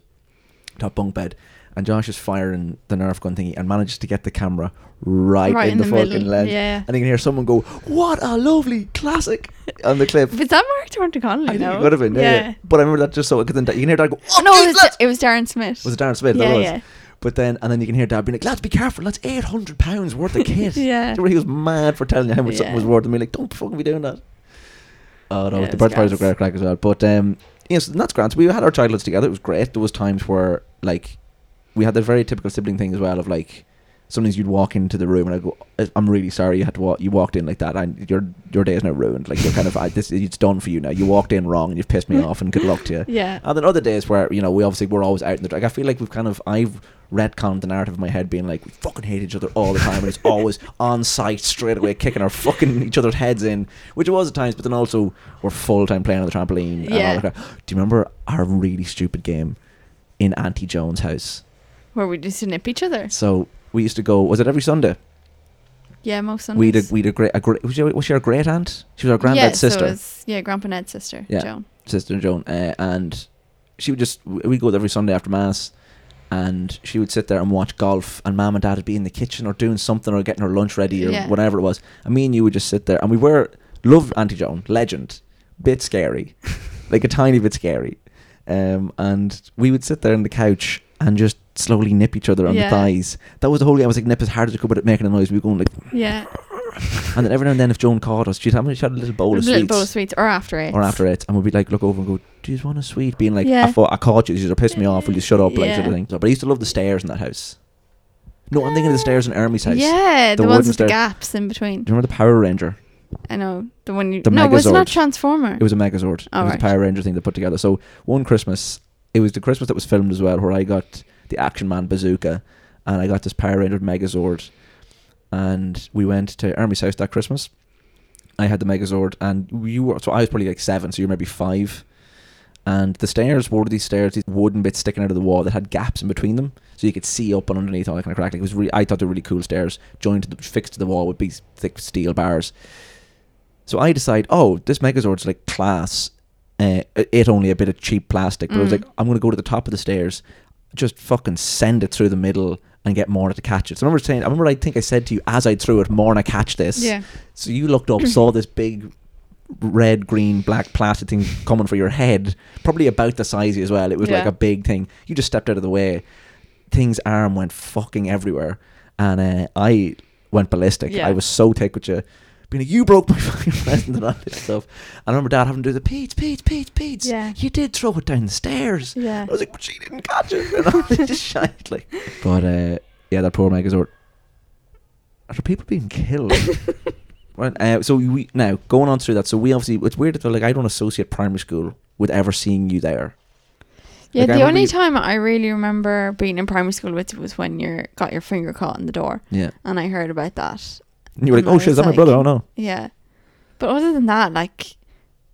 A: top bunk bed. And Josh is firing the Nerf gun thingy and manages to get the camera right, in, the, fucking
B: middle,
A: lens.
B: yeah.
A: And you can hear someone go, "What a lovely classic!" on the clip.
B: was that Mark Torrent Connolly?
A: I think
B: no?
A: it could have been, yeah, yeah. But I remember that just so because then you can hear Dad go, "Oh
B: no,
A: no,
B: it was, it was Darren Smith.
A: was it Darren Smith?
B: Yeah,
A: that was.
B: yeah.
A: But then, and then you can hear Dad being like, "Lads, be careful! That's eight hundred pounds worth of kit."
B: Yeah.
A: he was mad for telling you how much something
B: Yeah.
A: was worth, and me like, "Don't fucking be doing that." Oh no,
B: Yeah, it
A: the
B: was
A: birth parties were
B: gas.
A: great crack as well. But um, yes, and that's grand. So we had our childhoods together. It was great. There was times where like we had the very typical sibling thing as well of like. Sometimes you'd walk into the room and I go, "I- "I'm really sorry you had to walk. You walked in like that, and your your day is now ruined. Like you're kind of I, this. It's done for you now. You walked in wrong, and you've pissed me off. And good luck to you."
B: Yeah.
A: And then other days where, you know, we obviously were always out in the like I feel like we've kind of I've retconned the narrative in my head being like, we fucking hate each other all the time and it's always on site straight away, kicking our fucking each other's heads in. Which it was at times, but then also we're full time playing on the trampoline
B: Yeah.
A: and all that. crap. Do you remember our really stupid game in Auntie Jones' house?
B: Where we used to nip each other.
A: So we used to go was it every Sunday?
B: Yeah, most Sundays.
A: We'd a we'd a great a great was she, was she our great aunt? She was our granddad's
B: yeah,
A: sister.
B: So it was, yeah, Grandpa Ned's sister,
A: Yeah.
B: Joan.
A: sister Joan, uh, and she would just we would go there every Sunday after mass, and she would sit there and watch golf, and mom and dad would be in the kitchen or doing something or getting her lunch ready or
B: Yeah.
A: whatever it was. And me and you would just sit there, and we were loved Auntie Joan, legend, bit scary, like a tiny bit scary. Um, and we would sit there on the couch and just slowly nip each other on the
B: Yeah.
A: thighs. That was the whole game. I was like, nip as hard as I could, but it making a noise. We were going like,
B: Yeah.
A: and then every now and then, if Joan caught us, she'd have she had a little bowl of
B: a little
A: sweets
B: bowl of sweets or after it.
A: or after it, and we'd be like, look over and go, "Do you want a sweet?" Being like,
B: Yeah.
A: "I thought I caught you. You pissed me off. Will you shut up?" Like sort
B: Yeah.
A: of thing. So, but I used to love the stairs in that house. No, I'm thinking of the stairs in Ermy's house.
B: Yeah,
A: The
B: the,
A: wooden
B: ones with
A: stair-
B: the gaps in between.
A: Do you remember the Power Ranger?
B: I know the one you.
A: The
B: no, was it not
A: Megazord.
B: Transformer?
A: It was a Megazord. it
B: Oh,
A: was
B: right.
A: the Power Ranger thing they put together. So one Christmas, it was the Christmas that was filmed as well, where I got the Action Man bazooka, and I got this Power Ranger Megazord, and we went to Ermy's house that Christmas. I had the Megazord, and you were so I was probably like seven, so you were maybe five. And the stairs were these stairs, these wooden bits sticking out of the wall that had gaps in between them, so you could see up and underneath all that kind of crack. Like it was, really, I thought they were really cool stairs, joined to the, fixed to the wall with these thick steel bars. So I decide, oh, this Megazord's like class. Uh, it only a bit of cheap plastic, but I was
B: Mm.
A: like, I'm gonna go to the top of the stairs, just fucking send it through the middle and get Morna to catch it. So I remember saying, I remember I think I said to you as I threw it, Morna catch this.
B: Yeah.
A: So you looked up, saw this big red, green, black plastic thing coming for your head, probably about the size as well. It was like
B: Yeah.
A: a big thing. You just stepped out of the way. Thing's arm went fucking everywhere, and uh, I went ballistic.
B: Yeah.
A: I was so thick with you. Being like, you broke my fucking present and all this stuff. I remember Dad having to do the Pete, Pete, Pete, Pete.
B: Yeah.
A: You did throw it down the stairs.
B: Yeah.
A: I was like, but she didn't catch it. And all this just shite. Like, but uh, yeah, that poor Megazord. Are there people being killed? right. Uh, so we now going on through that. So we obviously it's weird that like I don't associate primary school with ever seeing you there.
B: Yeah,
A: Like, I
B: the
A: remember
B: only
A: you-
B: time I really remember being in primary school with was when you got your finger caught in the door,
A: Yeah.
B: and I heard about that.
A: And you were like,
B: And I
A: oh shit, is
B: was
A: that my
B: like-
A: brother? Oh no.
B: Yeah, but other than that, like,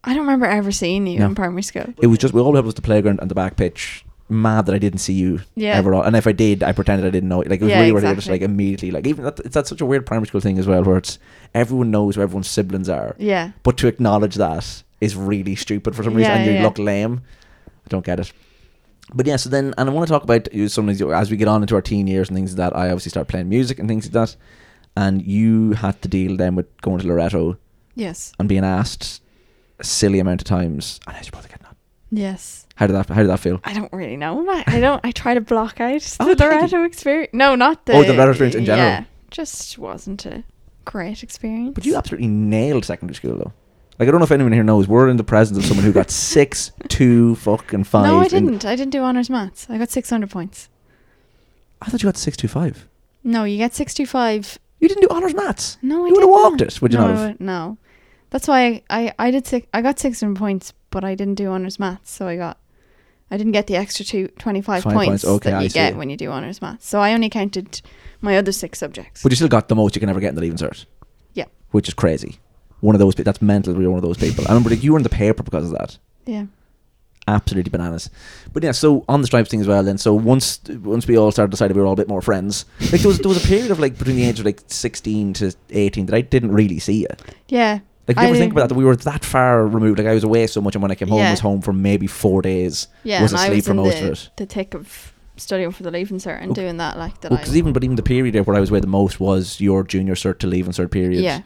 B: I don't remember ever seeing you
A: No.
B: in primary school.
A: It was just we all had was the playground and the back pitch. Mad that I didn't see you
B: Yeah.
A: ever, on- and if I did, I pretended I didn't know. it. Like it was
B: Yeah,
A: really weird. I just like
B: exactly.
A: immediately like even that, it's that's such a weird primary school thing as well, where it's everyone knows who everyone's siblings are,
B: Yeah,
A: but to acknowledge that is really stupid for some reason.
B: Yeah,
A: and you
B: yeah.
A: look lame. I don't get it. But yeah, so then, and I want to talk about you some of these as we get on into our teen years and things like that. I obviously start playing music and things like that, and you had to deal then with going to Loretto
B: yes,
A: and being asked a silly amount of times, and how's your brother getting on?
B: yes.
A: How did that? How did that feel?
B: I don't really know. I, I don't. I try to block out
A: Oh,
B: the
A: did you?
B: Loretto experience. No, not the.
A: Oh, the Loretto experience in general.
B: Yeah, just wasn't a great experience.
A: But you absolutely nailed secondary school though. Like I don't know if anyone here knows, we're in the presence of someone who got six, two, fucking five.
B: No, I
A: in-
B: didn't. I didn't do honors maths. I got six hundred points.
A: I thought you got six, two, five.
B: No, you get sixty five.
A: You didn't do honors maths.
B: No, I
A: you would have
B: didn't.
A: walked it, would you
B: no,
A: not
B: I
A: have?
B: would- no, that's why I, I, I did six. I got six hundred points, but I didn't do honors maths, so I got. I didn't get the extra two, 25
A: Five
B: points,
A: points, okay,
B: that
A: I
B: you
A: see.
B: get when you do honors maths. So I only counted my other six subjects.
A: But you still got the most you can ever get in the leaving cert,
B: yeah,
A: which is crazy. One of those. pe- That's mental. We're one of those people. I remember like, you were in the paper because of that.
B: yeah,
A: Absolutely bananas. But yeah, so on the stripes thing as well. Then so once once we all started decided we were all a bit more friends. Like there was there was a period of like between the age of like sixteen to eighteen that I didn't really see you.
B: yeah.
A: Like, do you
B: I
A: ever think about that?
B: didn't-
A: That we were that far removed. Like, I was away so much, and when I came home, I
B: Yeah.
A: was home for maybe four days.
B: Yeah,
A: was
B: and I
A: asleep
B: was
A: for
B: in
A: most
B: the,
A: of it.
B: the thick of studying for the leaving cert and
A: Okay.
B: doing that like that.
A: Well,
B: I,
A: oh, 'cause even but even the period there where I was away the most was your junior cert to leave and cert period.
B: yeah,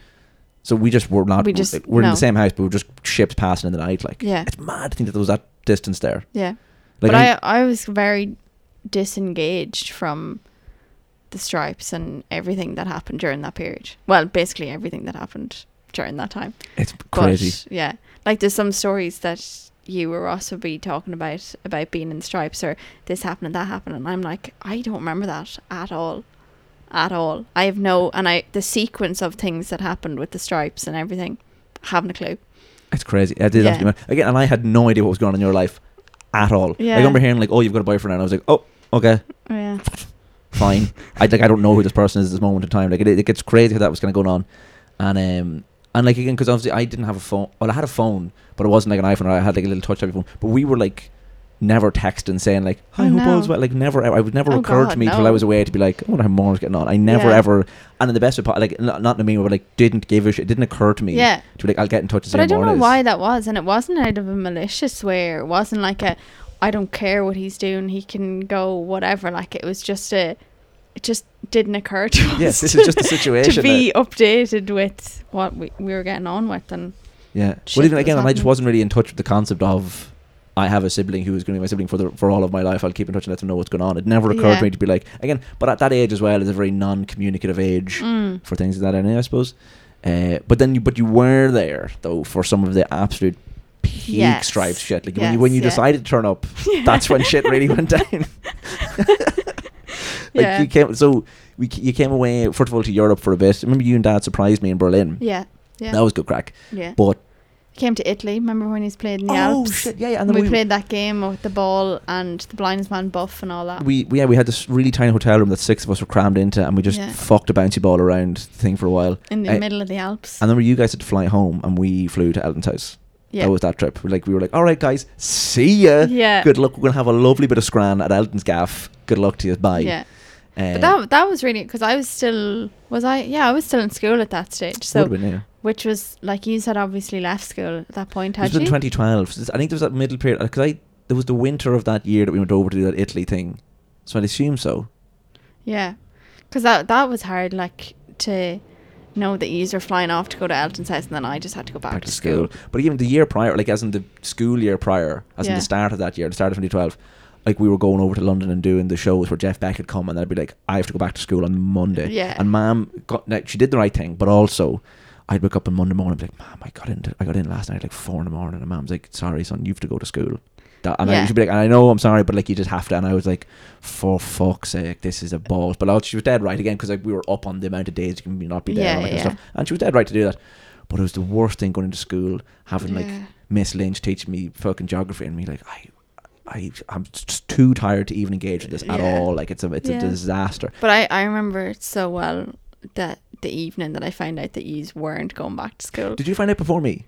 A: So we just were not.
B: We just-
A: like, we're in the
B: no.
A: same house, but we were just ships passing in the night. Like,
B: Yeah.
A: it's mad to think that there was that distance there.
B: yeah.
A: Like,
B: but I, I was very disengaged from the stripes and everything that happened during that period. Well, basically everything that happened during that time.
A: it's crazy.
B: But yeah, like there's some stories that you were also be talking about about being in the stripes or this happened and that happened, and I'm like, I don't remember that at all, at all. I have no, and I the sequence of things that happened with the stripes and everything, haven't a clue.
A: It's crazy. I did
B: Yeah.
A: absolutely mad. again, and I had no idea what was going on in your life at all. Like, I
B: Yeah.
A: remember hearing like, "Oh, you've got a boyfriend," and I was like, "Oh, okay."
B: Yeah,
A: fine. I like I don't know who this person is at this moment in time. Like it, it gets crazy how that was kind of going on, and um and like again because obviously I didn't have a phone. Well, I had a phone, but it wasn't like an iPhone. Or I had like a little touch type phone. But we were like never texting saying like hi
B: Oh,
A: hope all's
B: no.
A: well like never ever, I would never
B: Oh,
A: occurred to
B: God,
A: me till I
B: no.
A: was away to be like I wonder how Maura's getting on I never
B: Yeah.
A: ever and in the best way po- like not, not in a mean way but like didn't give a shit it didn't occur to me
B: Yeah.
A: to be like I'll get in touch and see
B: but
A: how
B: I don't
A: Maura
B: know
A: is.
B: why that was, and it wasn't out of a malicious way. or It wasn't like a. I don't care what he's doing, he can go whatever. Like it was just a, it just didn't occur to us.
A: Yes, this is just the
B: to
A: situation
B: be updated with what we, we were getting on with, and
A: Yeah.
B: Shit
A: Well, even
B: that was
A: again, I just
B: happening.
A: wasn't really in touch with the concept of I have a sibling who is going to be my sibling for the, for all of my life. I'll keep in touch and let them know what's going on. It never occurred
B: Yeah.
A: to me to be like again, but at that age as well is a very non-communicative age
B: mm,
A: for things of that anyway, I suppose. Uh, but then, you, but you were there though for some of the absolute peak
B: Yes.
A: stripes shit. Like when you when you
B: Yes, yeah.
A: decided to turn up, that's when shit really went down. like
B: Yeah.
A: you came, so we c- you came away first of all to Europe for a bit. Remember, you and Dad surprised me in Berlin.
B: yeah, yeah,
A: That was good crack.
B: yeah.
A: But
B: Came to Italy. Remember when he's played in the
A: oh
B: Alps?
A: shit, yeah, yeah. And
B: And
A: then
B: we, played that game with the ball and the blind man buff and all that.
A: we, we yeah we had this really tiny hotel room that six of us were crammed into, and we just
B: Yeah.
A: fucked a bouncy ball around thing for a while.
B: in the
A: uh,
B: middle of the Alps.
A: And then you guys had to fly home, and we flew to Elton's house.
B: yeah.
A: That was that trip. We Like we were like, all right, guys, see ya.
B: Yeah.
A: Good luck. We're gonna have a lovely bit of scran at Elton's gaff. Good luck to you. Bye.
B: Yeah.
A: Uh,
B: But that that was really because I was still was I yeah I was still in school at that stage so
A: would've been, yeah.
B: which was like you had obviously left school at that point had
A: It was in
B: you
A: 2012. So this- I think there was that middle period because I there was the winter of that year that we went over to do that Italy thing. So I'd assume so.
B: yeah because that that was hard like to know that you were flying off to go to Elton's house and then I just had to go back, to school,
A: But even the year prior, like as in the school year prior, as in
B: Yeah.
A: the start of that year, the start of 2012, like we were going over to London and doing the shows where Jeff Beck had come, and I'd be like, I have to go back to school on Monday.
B: Yeah.
A: And Mom got like, she did the right thing, but also. I'd wake up on Monday morning and be like, Mom, I got in. I got in last night at like four in the morning, and Mom's like, Sorry, son, you have to go to school. That, and I
B: Yeah.
A: should be like, I know I'm sorry, but like you just have to. And I was like, for fuck's sake, this is a balls. But I was- she was dead right again because like we were up on the amount of days you can not be there and all that
B: Yeah,
A: kind of
B: yeah.
A: stuff. And she was dead right to do that. But it was the worst thing going into school, having like
B: Yeah.
A: Miss Lynch teaching me fucking geography and me like I, I, I'm just too tired to even engage with this at
B: Yeah.
A: all. Like it's a it's a
B: Yeah.
A: disaster.
B: but I I remember it so well that the evening that I found out that you weren't going back to school
A: Did you find out before me?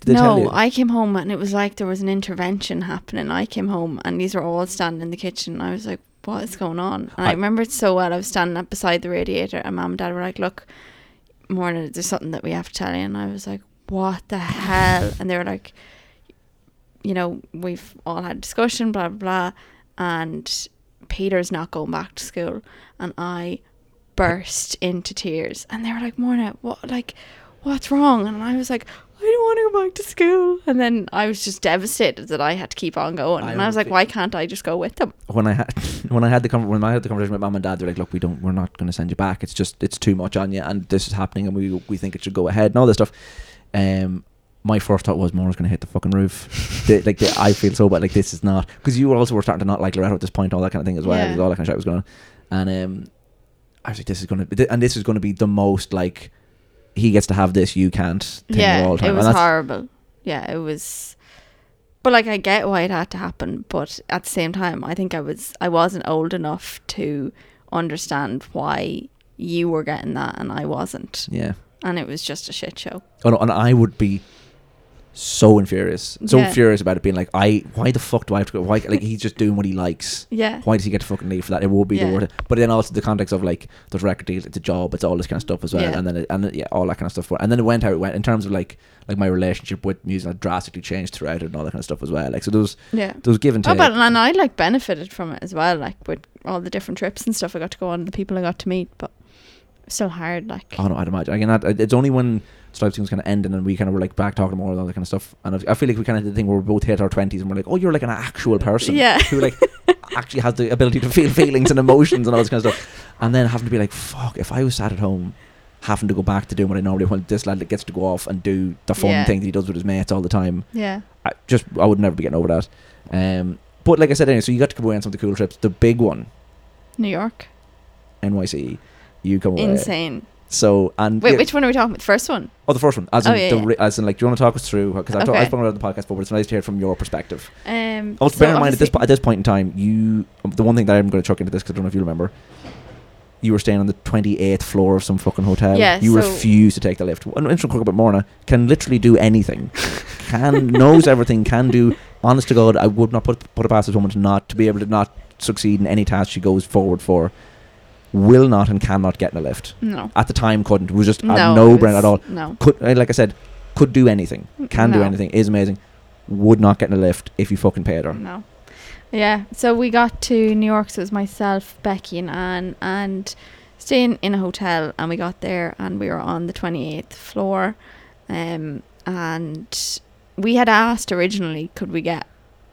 A: Did they
B: no,
A: tell you?
B: I came home and it was like there was an intervention happening. I came home and these were all standing in the kitchen. I was like, what is going on? And I,
A: I-
B: remember it so well. I was standing up beside the radiator and mum and dad were like, look, Morning, there's something that we have to tell you. And I was like, what the hell? And they were like, you know, we've all had discussion, blah, blah, blah. And Peter's not going back to school. And I burst into tears. And they were like, Morna, what, like, what's wrong? And I was like, I don't want to go back to school. And then I was just devastated that I had to keep on going.
A: I
B: and I was
A: would
B: like,
A: be-
B: why can't I just go with them?
A: when I had when I had the con- when I had the conversation with mum and dad, they're like, "Look, we don't, we're not going to send you back. It's just, it's too much on you, and this is happening, and we we think it should go ahead and all this stuff." Um, my first thought was, "Mora's going to hit the fucking roof." The- like, the, I feel so bad. Like, this is not because you also were starting to not like Loretto at this point, all that kind of thing as well.
B: Yeah.
A: There's All that kind of shit was going on, and um, I was like, "This is going to," and this is going to be the most like he gets to have this, you can't. Thing
B: yeah,
A: of all time.
B: it
A: And
B: was
A: that's-
B: horrible. Yeah, it was. But like, I get why it had to happen. But at the same time, I think I was I wasn't old enough to understand why you were getting that and I wasn't,
A: Yeah.
B: and it was just a shit show.
A: Oh, no, and I would be so infurious, so
B: Yeah.
A: furious about it being like, I why the fuck do I have to go? Why like he's just doing what he likes.
B: Yeah,
A: Why does he get to fucking leave for that? It would be the
B: Yeah.
A: worst. But then also the context of like those record deals, it's a job, it's all this kind of stuff as well,
B: Yeah.
A: and then it, and it- yeah, all that kind of stuff. And then it went how it went in terms of like like my relationship with music had drastically changed throughout it and all that kind of stuff as well. Like so those
B: yeah.
A: those give and
B: Oh,
A: take.
B: but and I like benefited from it as well, like with all the different trips and stuff I got to go on, the people I got to meet. But so hard, like
A: Oh no, I'd imagine. Again, that, it's only when Stripe things kind of ended and we kind of were like back talking more and all that kind of stuff. And I- I feel like we kind of did the thing where we both hit our twenties and we're like, oh, you're like an actual person,
B: Yeah.
A: who like actually has the ability to feel feelings and emotions and all this kind of stuff. And then having to be like, fuck, if I was sat at home having to go back to doing what I normally want, this lad that gets to go off and do the fun
B: Yeah.
A: thing that he does with his mates all the time.
B: yeah,
A: I just I would never be getting over that. Um, but like I said, anyway, so you got to come away on some of the cool trips. The big one,
B: New York,
A: NYC, you come away.
B: insane.
A: So and
B: Wait,
A: yeah.
B: which one are we talking about? The first one?
A: Oh, the first one, as
B: Oh,
A: in,
B: yeah,
A: the
B: yeah.
A: re- as in, like, do you want to talk us through? Because I've, okay.
B: Okay.
A: I've spoken about it on the podcast before, but it's nice to hear it from your perspective.
B: Um,
A: Also,
B: so
A: Oh, bear in mind at this
B: obviously-
A: po- at this point in time, you um, the one thing that I'm going to chuck into this because I don't know if you remember, you were staying on the 28th floor of some fucking hotel.
B: Yeah,
A: you
B: so-
A: refused to take the lift. An interesting cook about Morna can literally do anything, can knows everything, can do. Honest to God, I would not put put it past this woman to not to be able to not succeed in any task she goes forward for. Will not and cannot get in a lift.
B: No.
A: At the time, couldn't. It was just
B: No,
A: a
B: it
A: no brainer
B: was-
A: at all
B: No.
A: could uh, like I said, could do anything, can do
B: No.
A: anything, is amazing. Would not get in a lift if you fucking paid her.
B: No. Yeah. So we got to New York. So it was myself, Becky, and Anne, and staying in a hotel. And we got there, and we were on the twenty eighth floor. Um, and we had asked originally, could we get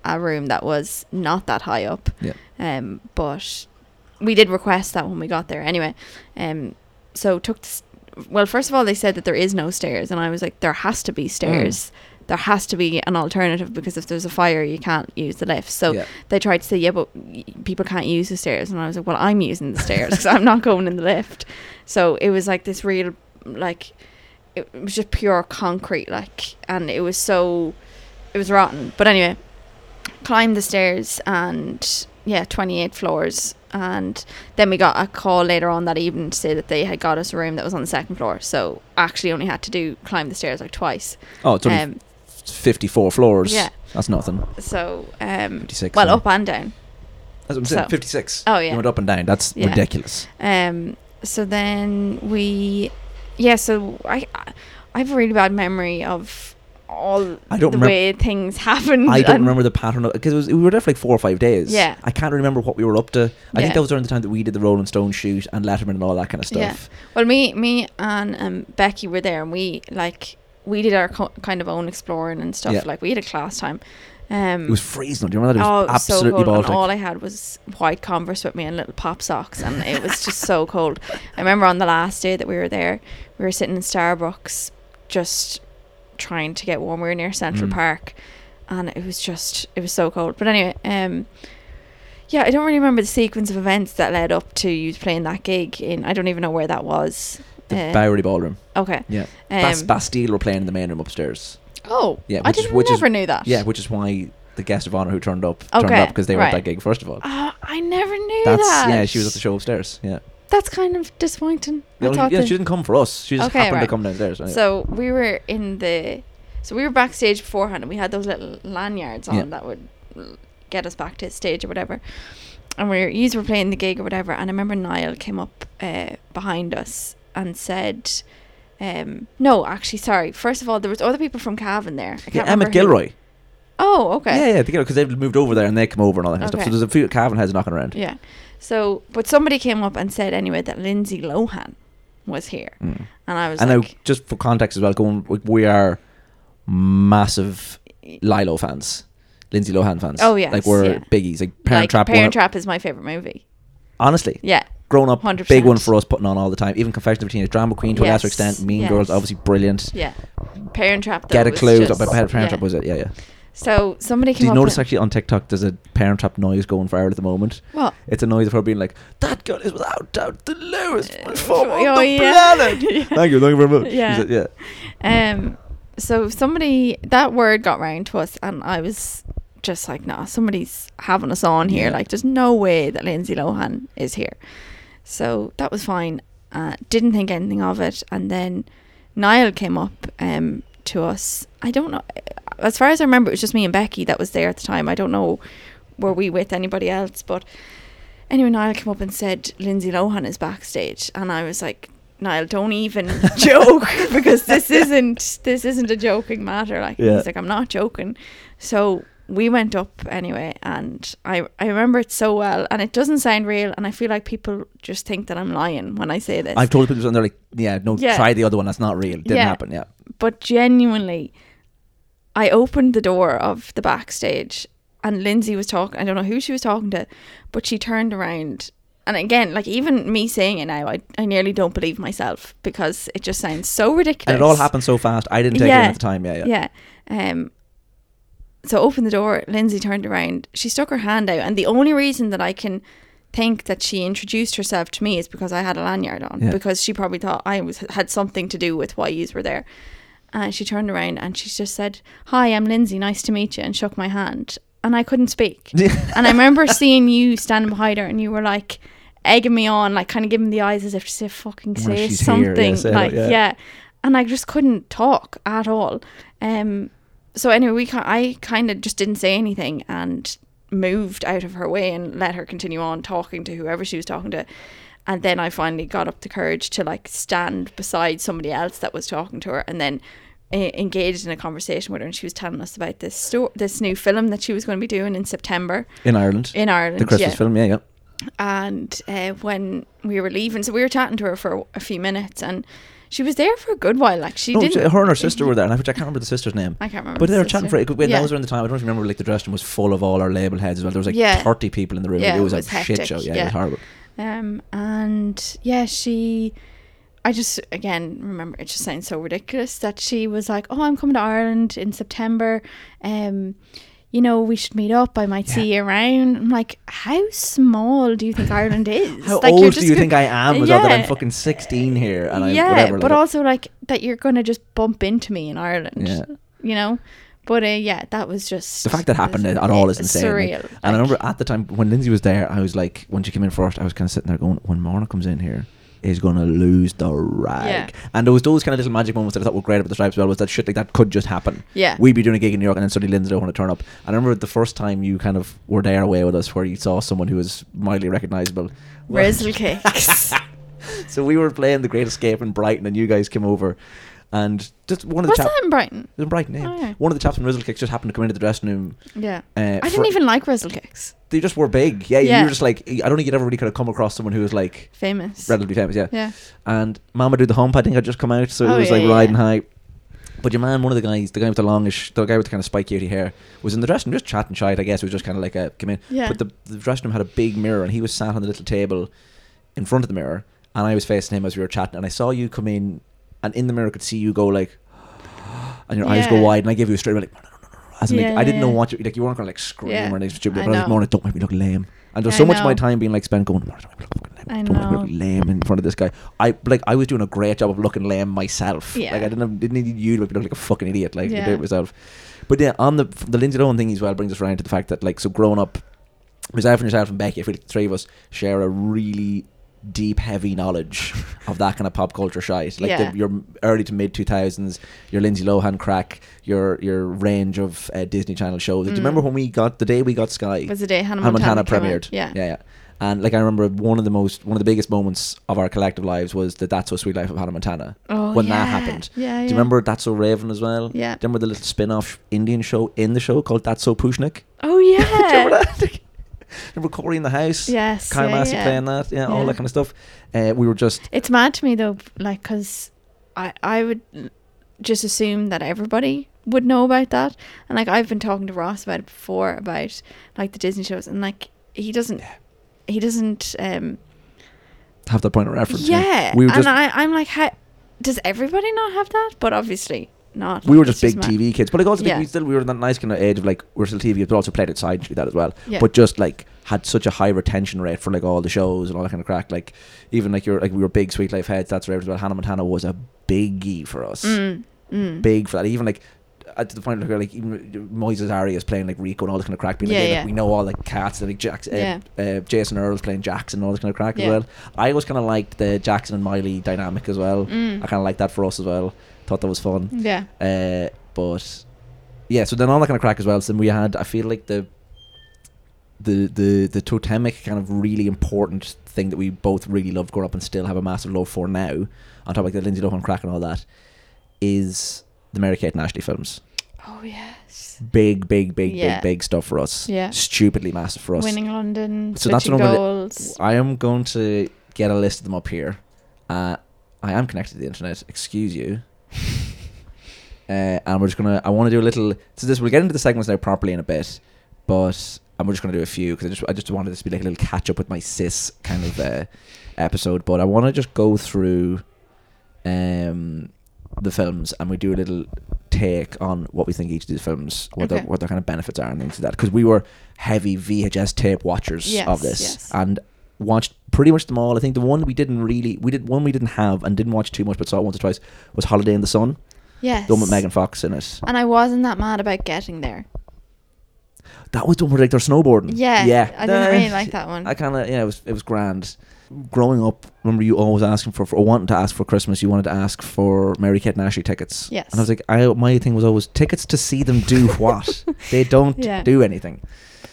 B: a room that was not that high up?
A: Yeah.
B: Um, but we did request that when we got there. Anyway, um, so took the s well. First of all, they said that there is no stairs, and I was like, there has to
A: Mm.
B: be stairs. There has to be an alternative because if there's a fire, you can't use the lift. So
A: yeah.
B: they tried to say, yeah, but y- people can't use the stairs. And I was like, well, I'm using the stairs because I'm not going in the lift. So it was like this real, like, it it was just pure concrete, like, and it was so, it was rotten. But anyway, climbed the stairs and, yeah, 28 floors. And then we got a call later on that evening to say that they had got us a room that was on the second floor. So actually only had to do climb the stairs like twice.
A: Oh, it's only
B: Um,
A: 54 floors.
B: yeah.
A: That's nothing.
B: so, um,
A: 56.
B: well,
A: huh?
B: up and down.
A: That's what I'm saying.
B: so-
A: 56.
B: Oh, yeah.
A: You went up and down. That's
B: Yeah.
A: ridiculous.
B: Um. So then we, yeah. So I, I have a really bad memory of all
A: I don't
B: the
A: remem-
B: way things happened.
A: I don't
B: and-
A: remember the pattern because we were there for like four or five days.
B: Yeah.
A: I can't remember what we were up to. I
B: Yeah.
A: think that was during the time that we did the Rolling Stone shoot and Letterman and all that kind of
B: Yeah.
A: stuff.
B: Well, me, me, and um, Becky were there, and we like we did our co- kind of own exploring and stuff.
A: Yeah.
B: Like we had a class time. Um.
A: It was freezing. Do you remember that? It was absolutely
B: Oh, so cold.
A: baltic.
B: And all I had was white Converse with me and little pop socks, and it was just so cold. I remember on the last day that we were there, we were sitting in Starbucks, just trying to get warm. We were near Central
A: Mm.
B: Park, and it was just it was so cold. But anyway, um, yeah, I don't really remember the sequence of events that led up to you playing that gig in. I don't even know where that was.
A: the
B: Uh,
A: Bowery Ballroom.
B: okay.
A: Yeah. Bas-
B: Um,
A: Bastille were playing in the main room upstairs.
B: oh,
A: Yeah,
B: I
A: which is-
B: didn't
A: which is-
B: never knew that.
A: Yeah, which is why the guest of honor who turned up turned
B: Okay,
A: up because they were at
B: right.
A: that gig first of all.
B: Oh, I never knew
A: That's
B: that.
A: yeah. She was at the show upstairs. Yeah.
B: That's kind of disappointing. I
A: The only-
B: thought
A: yeah,
B: that-
A: she didn't come for us. She just
B: Okay,
A: happened
B: right.
A: to come downstairs. anyway.
B: So we were in the, so we were backstage beforehand, and we had those little lanyards on
A: Yeah.
B: that would l- get us back to stage or whatever. And we were, yous were playing the gig or whatever, and I remember Niall came up uh, behind us and said, um, "No, actually, sorry. First of all, there was other people from Cavan there. I can't
A: yeah,
B: remember
A: Emmett
B: who-
A: Gilroy.
B: Oh, okay.
A: Yeah, yeah, because they've moved over there and they come over and all that kind of
B: Okay.
A: stuff. So there's a few Calvin heads knocking around.
B: Yeah. So, but somebody came up and said anyway that Lindsay Lohan was here,
A: Mm.
B: and I was
A: And
B: like,
A: now, just for context as well, going like, we are massive Lilo fans, Lindsay Lohan fans.
B: Oh, yes,
A: like we're
B: yeah.
A: biggies. Like Parent
B: like,
A: Trap. one
B: Parent
A: of-
B: Trap is my favorite movie.
A: honestly,
B: Yeah.
A: grown up,
B: 100%.
A: big one for us, putting on all the time. Even Confession of a Teenage Drama Queen to a lesser
B: Yes,
A: extent. Mean
B: yes.
A: Girls, obviously brilliant.
B: Yeah. Parent Trap. Though,
A: Get a
B: was
A: clue.
B: just-
A: But Parent
B: yeah.
A: Trap was it? Yeah, yeah.
B: So somebody came
A: Do you
B: up.
A: notice
B: with-
A: actually on TikTok there's a Parent Trap noise going viral at the moment?
B: What?
A: It's a noise of her being like, "That girl is without doubt the lowest
B: Uh,
A: form on
B: oh,
A: the
B: yeah.
A: planet."
B: Yeah.
A: Thank you, thank you very much. She
B: Yeah.
A: said, yeah.
B: Um. So somebody that word got round to us, and I was just like, "Nah, somebody's having us on here.
A: Yeah.
B: Like, there's no way that Lindsay Lohan is here." So that was fine. Uh, didn't think anything of it, and then Niall came up um to us. I don't know. uh, As far as I remember, it was just me and Becky that was there at the time. I don't know were we with anybody else, but Anyway, Niall came up and said Lindsay Lohan is backstage, and I was like, Niall, don't even joke because this isn't this isn't a joking matter. Like and
A: Yeah.
B: he's like, I'm not joking. So we went up anyway, and I I remember it so well, and it doesn't sound real, and I feel like people just think that I'm lying when I say this.
A: I've told people this and they're like, "Yeah, no,
B: Yeah.
A: try the other one. That's not real. Didn't
B: Yeah.
A: happen." Yeah.
B: but genuinely, I opened the door of the backstage and Lindsay was talking. I don't know who she was talking to, but she turned around. And again, like even me saying it now, I, I nearly don't believe myself because it just sounds so ridiculous.
A: And it all happened so fast. I didn't take it
B: Yeah.
A: in at the time. Yeah, yeah.
B: Yeah. Um, so opened the door. Lindsay turned around. She stuck her hand out, and the only reason that I can think that she introduced herself to me is because I had a lanyard on.
A: Yeah.
B: Because she probably thought I was had something to do with why yous were there. And she turned around and she just said, "Hi, I'm Lindsay. Nice to meet you," and shook my hand. And I couldn't speak. and I remember seeing you standing behind her, and you were like egging me on, like kind of giving the eyes as if to say, "Fucking
A: Well,
B: say
A: she's here, yeah,
B: something."
A: say it,
B: like
A: yeah.
B: yeah and i just couldn't talk at all um so anyway we ki- i kind of just didn't say anything and moved out of her way and let her continue on talking to whoever she was talking to and then i finally got up the courage to like stand beside somebody else that was talking to her and then eh, engaged in a conversation with her, and she was telling us about this sto- this new film that she was going to be doing in September
A: in Ireland.
B: in Ireland.
A: the Christmas
B: yeah.
A: film, yeah, yeah.
B: And uh, when we were leaving, so we were chatting to her for a, a few minutes, and she was there for a good while. Like she
A: No,
B: didn't.
A: her and her sister were there, and I, which I can't remember the sister's name.
B: I can't remember.
A: But
B: the
A: they were chatting for
B: sister.
A: it. When
B: Yeah.
A: that was around the time, I don't know if you remember, like the dressing room was full of all our label heads as well. There was like
B: Yeah.
A: 30 people in the room.
B: Yeah,
A: it was,
B: it
A: a
B: was
A: shit
B: hectic,
A: show. Yeah, it
B: yeah.
A: was horrible.
B: Um, and yeah, she, I just again remember it just sounds so ridiculous that she was like, "Oh, I'm coming to Ireland in September. Um, you know, we should meet up. I might see you around." I'm like, "How small do you think Ireland is?
A: How
B: like, you're
A: old
B: just
A: do you
B: gonna-
A: think I am? Was all that I'm
B: Yeah.
A: fucking 16 here and I
B: yeah,
A: whatever.
B: but
A: like,
B: also like that you're gonna just bump into me in Ireland.
A: Yeah.
B: You know, but uh, yeah, that was just
A: the fact that happened at all is insane. like-
B: Surreal.
A: and I
B: like-
A: remember at the time when Lindsay was there, I was like, when she came in first, I was kind of sitting there going, when Morna comes in here, is going to lose the rag. And there was those kind of little magic moments that I thought were great about the Stripes as well, was that shit like that could just happen.
B: Yeah.
A: We'd be doing a gig in New York and then suddenly Lindsay don't want to turn up. And I remember the first time you kind of were there away with us where you saw someone who was mildly recognizable.
B: Rizzle cakes.
A: so we were playing The Great Escape in Brighton and you guys came over. And just one of the
B: What's
A: chap-
B: that in Brighton?
A: It was in Brighton, yeah.
B: Oh, yeah.
A: One of the chaps from Rizzle Kicks just happened to come into the dressing room
B: Yeah.
A: Uh,
B: I
A: for-
B: didn't even like Rizzle Cakes.
A: they just were big. Yeah, you
B: Yeah.
A: were just like I don't think you'd ever really kind of come across someone who was like
B: Famous.
A: relatively famous. Yeah,
B: Yeah.
A: and Mama do the hump. I think had just come out, so
B: Oh,
A: it was
B: yeah,
A: like
B: yeah,
A: riding
B: yeah.
A: high. But your man, one of the guys, the guy with the longish, the guy with the kind of spiky outy hair, was in the dressing room just chatting shite. I guess it was just kind of like a come in.
B: Yeah.
A: But the, the dressing room had a big mirror, and he was sat on the little table in front of the mirror, and I was facing him as we were chatting, and I saw you come in, and in the mirror I could see you go like, and your eyes go
B: Yeah.
A: wide, and I gave you a straight away like. As in, like,
B: Yeah,
A: I didn't
B: yeah,
A: know
B: yeah.
A: what you like. You weren't gonna like scream
B: Yeah.
A: or anything stupid,
B: I
A: but I was
B: know.
A: more like, don't make me look lame. And there's
B: I
A: so much of my
B: know.
A: time being like spent going, "Mona, don't make me look fucking lame.
B: I
A: don't make me look
B: know.
A: lame in front of this guy. I like I was doing a great job of looking lame myself.
B: Yeah.
A: Like I didn't didn't need you to look like a fucking idiot. Like I
B: Yeah.
A: did it myself. But yeah, on the the Lindsay Lohan thing as well brings us around to the fact that like so growing up, myself and yourself and Becky, I feel like the three of us share a really deep, heavy knowledge of that kind of pop culture shite. Like
B: Yeah.
A: the, your early to mid two thousands, your Lindsay Lohan crack, your your range of uh, Disney Channel shows. Like, Do you
B: Mm.
A: remember when we got the day we got Sky?
B: Was the day Hannah
A: Hannah Montana,
B: Montana, came out.
A: premiered.
B: Yeah.
A: yeah, yeah. And like I remember, one of the most, one of the biggest moments of our collective lives was the "That's So Sweet Life" of Hannah Montana
B: Oh,
A: when that
B: yeah.
A: happened.
B: Yeah,
A: Do you
B: yeah.
A: remember "That's So Raven" as well?
B: Yeah.
A: Do you remember the little spin-off Indian show in the show called "That's So Pushnik"?
B: Oh
A: Do you remember
B: yeah.
A: that? remember Corey in the house?
B: yes.
A: Kyle
B: yeah,
A: Massey
B: yeah.
A: playing that, yeah, all
B: Yeah.
A: that kind of stuff. Uh, we were just
B: It's mad to me though, like, cause I I would just assume that everybody would know about that, and like I've been talking to Ross about it before about like the Disney shows, and like he doesn't he doesn't um
A: have that point of reference.
B: yeah,
A: we were
B: and
A: just
B: I I'm like how does everybody not have that? But obviously not.
A: we were
B: It's
A: just big
B: mad.
A: TV kids, but like also like,
B: Yeah.
A: we still we were in that nice kind of age of like we we're still TV kids, but also played outside and shit like that as well.
B: Yeah.
A: But just like had such a high retention rate for like all the shows and all that kind of crack. Like even like you're like we were big Sweet Life heads. That's right. as well. Hannah Montana was a biggie for us,
B: Mm, mm.
A: big for that. Even like. uh, To the point where like even uh, Moises Arias playing like Rico and all this kind of crack, being like,
B: Yeah,
A: yeah,
B: yeah.
A: Like, we know all the cats, like Jackson,
B: Yeah.
A: uh, uh, Jason Earls playing Jackson, and all this kind of crack as
B: Yeah.
A: well. I always kind of liked the Jackson and Miley dynamic as well.
B: Mm.
A: I kind of liked that for us as well. Thought that was fun.
B: Yeah.
A: Uh, but yeah, so then all that kind of crack as well. So then we had, I feel like the the the the totemic kind of really important thing that we both really loved growing up and still have a massive love for now, on top of like the Lindsay Lohan crack and all that, is the Mary Kate and Ashley films.
B: Oh yes.
A: Big, big, big,
B: Yeah.
A: big, big stuff for us.
B: Yeah.
A: Stupidly massive for us.
B: Winning London,
A: So that's
B: switching
A: what I'm gonna-
B: goals.
A: I am going to get a list of them up here. Uh, I am connected to the internet. Excuse you. uh, and we're just gonna. I want to do a little. So this we'll get into the segments now properly in a bit, but I'm just gonna do a few because I just I just wanted this to be like a little catch up with my sis kind of uh, episode. But I want to just go through um, the films and we do a little take on what we think each of these films, what their
B: Okay.
A: what their kind of benefits are and things like that. Because we were heavy VHS tape watchers
B: Yes,
A: of this
B: yes.
A: and watched pretty much them all. I think the one we didn't really we did one we didn't have and didn't watch too much but saw it once or twice was Holiday in the Sun.
B: Yes.
A: The one with Megan Fox in it.
B: And I wasn't that mad about getting there.
A: That was the one where like they're snowboarding.
B: Yeah,
A: Yeah.
B: I didn't
A: Uh,
B: really like that one.
A: I kinda yeah, it was it was grand. growing up, remember you always asking for, for or wanting to ask for Christmas, you wanted to ask for Mary Kate and Ashley tickets.
B: Yes.
A: And I was like, I my thing was always tickets to see them do what? they don't
B: Yeah.
A: do anything.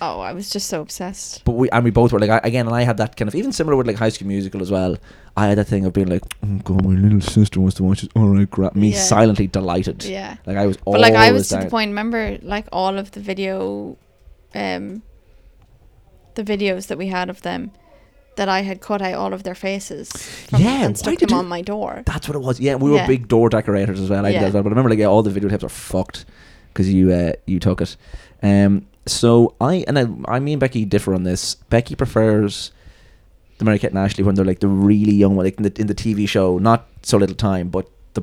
B: Oh, I was just so obsessed.
A: But we and we both were like I, again, and I had that kind of even similar with like High School Musical as well. I had that thing of being like, oh god, my little sister wants to watch it. All right, crap. Me
B: Yeah.
A: silently delighted.
B: Yeah.
A: Like I was.
B: But like I
A: always
B: was to
A: down.
B: the point. Remember, like all of the video, um, the videos that we had of them, that I had cut out all of their faces. From
A: Yeah,
B: and
A: why
B: stuck
A: did
B: them
A: you-
B: on my door.
A: That's what it was. Yeah, we were
B: Yeah.
A: big door decorators as well. I did
B: Yeah.
A: as well. But I remember like yeah, all the videotapes are fucked because you uh, you took it. Um, so I and I, I, me and Becky differ on this. Becky prefers the Mary Kate and Ashley when they're like the really young one, like in the, in the TV show, not so little time, but the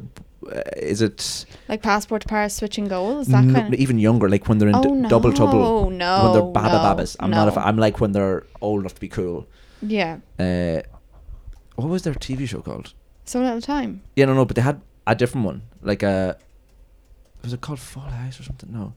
A: uh, is it
B: Like passport to Paris, switching goals. That
A: n-
B: kind of.
A: even younger? Like when they're in
B: Oh,
A: d- double trouble,
B: no, no,
A: when they're baba
B: no,
A: babas. I'm not. A
B: no.
A: fa- I'm like when they're old enough to be cool.
B: yeah.
A: Uh, what was their TV show called?
B: So little time.
A: Yeah, no, no, but they had a different one. Like a was it called Fall House or something? No,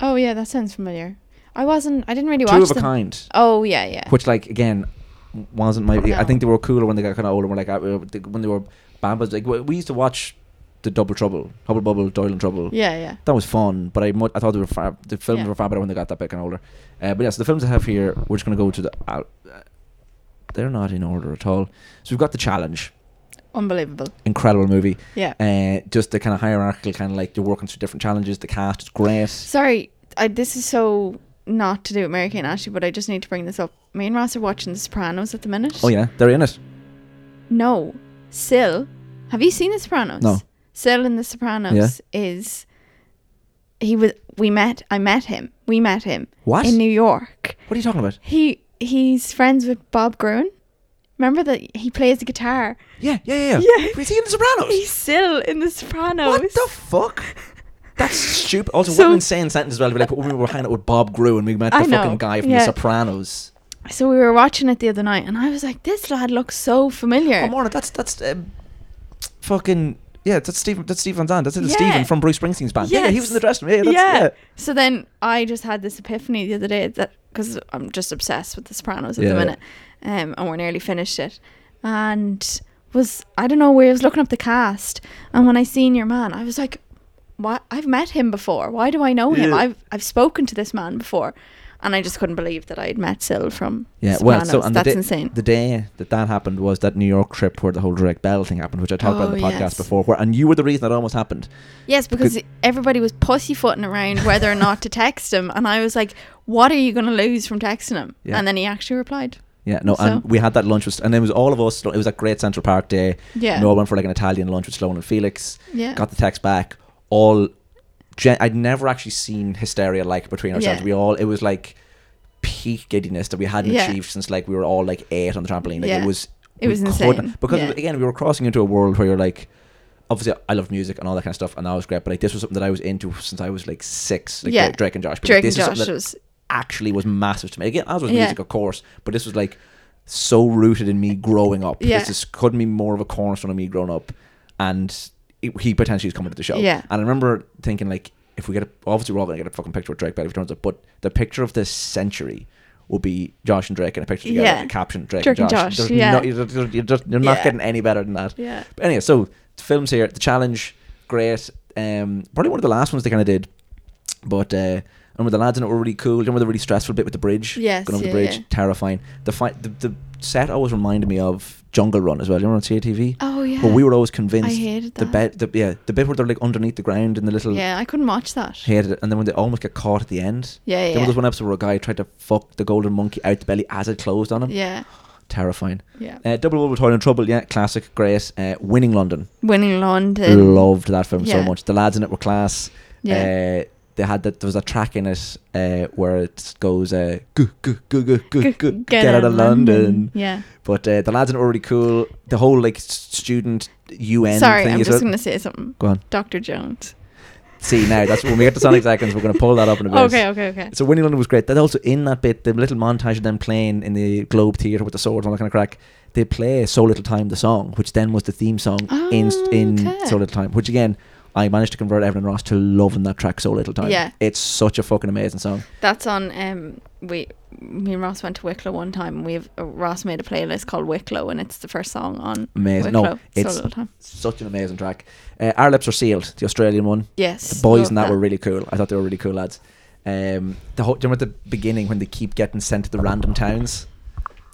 B: Oh yeah, that sounds familiar. I wasn't. I didn't really
A: Two
B: watch
A: of a
B: them.
A: Kind,
B: Oh yeah, yeah.
A: which like again w- wasn't my. I
B: No.
A: think they were cooler when they got kind of older. When like I, when they were bambas, like we we used to watch the Double Trouble, Hubble Bubble, Doyle and Trouble.
B: yeah, yeah.
A: That was fun, but I mu- I thought they were far, the films
B: Yeah.
A: were far better when they got that bit and older. Uh, but yeah, so the films I have here, we're just gonna go to the. Uh, they're not in order at all. So we've got the challenge,
B: Unbelievable.
A: incredible movie.
B: Yeah.
A: uh, just the kind of hierarchical kind of like you're working through different challenges. The cast is great.
B: Sorry, I, this is so not to do with Mary Kate and Ashley, but I just need to bring this up. Me and Ross are watching The Sopranos at the minute.
A: Oh yeah, they're in it.
B: No, Sil, have you seen The Sopranos?
A: No.
B: Sil in The Sopranos is he was we met I met him we met him
A: What?
B: in New York.
A: What are you talking about?
B: He he's friends with Bob Gruen. Remember that he plays the guitar.
A: Yeah, yeah, yeah.
B: Yeah.
A: Is he in The Sopranos?
B: He's Sil in The Sopranos.
A: what the fuck? That's stupid. Also, what
B: So-
A: an insane sentence as well. to be Like when we were hanging out with Bob Grew and we met the
B: I
A: fucking
B: know,
A: guy from The
B: yeah.
A: Sopranos.
B: so we were watching it the other night, and I was like, "This lad looks so familiar."
A: Oh, Morna, that's that's um, fucking yeah. That's Stephen. That's Steve Van Zandt. That's
B: Yeah.
A: Stephen from Bruce Springsteen's band. Yeah, yeah, he was in the dressing room. Yeah, that's, yeah.
B: So then I just had this epiphany the other day that because I'm just obsessed with The Sopranos at
A: Yeah.
B: the minute, um, and we're nearly finished it, and was I don't know where I was looking up the cast, and when I seen your man, I was like, "What? I've met him before. Why do I know him?
A: Yeah.
B: I've I've spoken to this man before." And I just couldn't believe that I'd met Sil from
A: Yeah, well,
B: Sopranos.
A: so and
B: that's
A: the day,
B: insane.
A: The day that that happened was that New York trip where the whole direct bell thing happened, which I talked about on the
B: Oh,
A: podcast
B: yes.
A: before. Where and you were the reason that almost happened.
B: Yes, because everybody was pussyfooting around whether or not to text him, and I was like, "What are you going to lose from texting him?"
A: Yeah.
B: And then he actually replied.
A: Yeah, no, and
B: So-
A: we had that lunch with, and it was all of us. It was that great Central Park day.
B: Yeah.
A: no, I went for like an Italian lunch with Sloan and Felix.
B: Yeah.
A: got the text back. All, gen- I'd never actually seen hysteria like between ourselves.
B: Yeah.
A: We all it was like peak giddiness that we hadn't
B: Yeah.
A: achieved since like we were all like eight on the trampoline. Like
B: Yeah.
A: it was,
B: It
A: we
B: was
A: couldn't-
B: insane.
A: because
B: Yeah.
A: again we were crossing into a world where you're like. Obviously, I love music and all that kind of stuff, and that was great. But like, this was something that I was into since I was like six, like
B: Yeah.
A: Drake and Josh. But, like,
B: Drake
A: this
B: and
A: is something
B: Josh
A: that-
B: was
A: actually was massive to me. Again, as was
B: Yeah.
A: music, of course, but this was like so rooted in me growing up.
B: Yeah.
A: This just couldn't be more of a cornerstone of me growing up. And it, he potentially is coming to the show.
B: Yeah.
A: And I remember thinking, like, if we get a, obviously we're all gonna get a fucking picture with Drake Bell if he turns up, but the picture of this century will be Josh and Drake in a picture together,
B: Yeah.
A: and caption Drake
B: Drake
A: and
B: and
A: Josh.
B: Josh,
A: There's
B: yeah.
A: no- you're, just- you're just- you're not
B: Yeah.
A: getting any better than that.
B: Yeah.
A: But anyway, so the films here, the challenge, great. Um, probably one of the last ones they kind of did. But uh, and with the lads in it were really cool. Do you remember the really stressful bit with the bridge?
B: Yes,
A: going over the
B: yeah,
A: bridge,
B: yeah.
A: terrifying. The fight, the, the set always reminded me of Jungle Run as well. Do you remember on CATV?
B: Oh, yeah.
A: But we were always convinced.
B: I hated
A: the bed.
B: that.
A: The, yeah, the bit where they're like underneath the ground in the little.
B: yeah. I couldn't watch that.
A: Hated it, and then when they almost get caught at the end.
B: Yeah,
A: There
B: yeah.
A: was one episode where a guy tried to fuck the golden monkey out the belly as it closed on him.
B: Yeah,
A: Terrifying.
B: Yeah.
A: Uh, Double Bubble Toil and Trouble. Yeah, classic. Great. Uh, Winning London
B: winning London.
A: loved that film so
B: Yeah.
A: much. The lads in it were class.
B: Yeah.
A: Uh, they had that. There was a track in it uh, where it goes, uh, "Go go go go go
B: G-
A: go, get out of London."
B: Yeah.
A: But uh, the lads in it were really cool. The whole like s- student UN
B: Sorry,
A: thing
B: I'm
A: as
B: just
A: well.
B: going to say something.
A: Go on.
B: Dr. Jones.
A: See now that's when we get to Sonic Seconds, we're going to pull that up in a bit.
B: Okay, okay, okay.
A: So Winnie London was great. That also in that bit, the little montage of them playing in the Globe Theatre with the swords and all that kind of crack. They play "So Little Time" the song, which then was the theme song in in
B: Oh, Okay.
A: "So Little Time," which again I managed to convert Evan and Ross to loving that track so little time.
B: Yeah.
A: It's such a fucking amazing song.
B: That's on. Um, we me and Ross went to Wicklow one time. and We have uh, Ross made a playlist called Wicklow, and it's the first song on
A: Amazing. No,
B: Wicklow.
A: it's-
B: Solo time.
A: Such an amazing track. Uh, Our Lips Are Sealed, the Australian one.
B: Yes,
A: The boys
B: love
A: in that, were really cool. I thought they were really cool lads. Um, the whole, do you remember at the beginning when they keep getting sent to the random towns?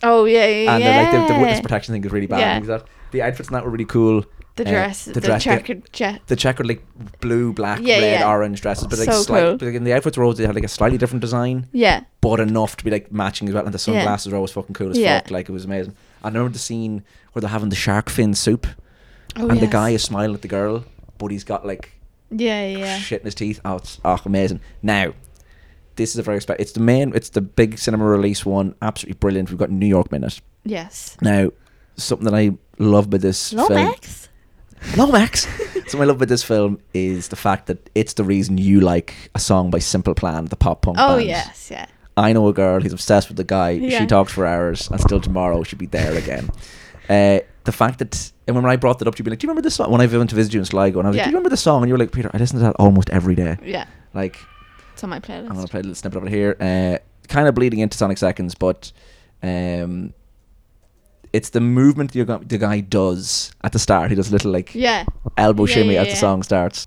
B: Oh yeah, yeah,
A: And
B: yeah.
A: they're like, the, the witness protection thing is really bad.
B: Yeah.
A: and things like that. The outfits in that were really cool.
B: The
A: Uh,
B: dress,
A: the
B: the,
A: dress, the-
B: checkered jet.
A: The checkered, like, blue, black,
B: Yeah,
A: red,
B: yeah.
A: orange dresses. But, like,
B: So
A: slight,
B: cool.
A: but like, in the outfits were always, they had, like, a slightly different design.
B: Yeah,
A: but enough to be like matching as well. And the
B: Yeah.
A: sunglasses were always fucking cool as
B: Yeah.
A: fuck. Like it was amazing. I remember the scene where they're having the shark fin soup,
B: oh,
A: and the
B: yes.
A: guy is smiling at the girl, but he's got like
B: Yeah, yeah.
A: shit in his teeth. Oh, it's oh, amazing. Now, this is a very spe- it's the main, it's the big cinema release one. Absolutely brilliant. We've got New York Minute.
B: Yes.
A: Now, something that I love about this film,
B: Lomax.
A: Lomax. something I love about this film is the fact that it's the reason you like a song by Simple Plan, the pop punk
B: Oh
A: band.
B: yes, yeah.
A: I know a girl who's obsessed with the guy. She
B: Yeah.
A: talks for hours, and still tomorrow she'll be there again. Uh, the fact that, and when I brought that up, you'd be like, "Do you remember this song?" When I went to visit you in Sligo, and I was like,
B: Yeah.
A: "Do you remember the song?" And you were like, "Peter, I listen to that almost every day."
B: Yeah,
A: Like,
B: it's on my playlist.
A: I'm gonna play a little snippet of it here. Uh, kind of bleeding into Sonic Seconds, but um, it's the movement the gu- the guy does at the start. He does a little like
B: Yeah.
A: elbow
B: Yeah,
A: shimmy
B: yeah,
A: as the
B: yeah.
A: song starts.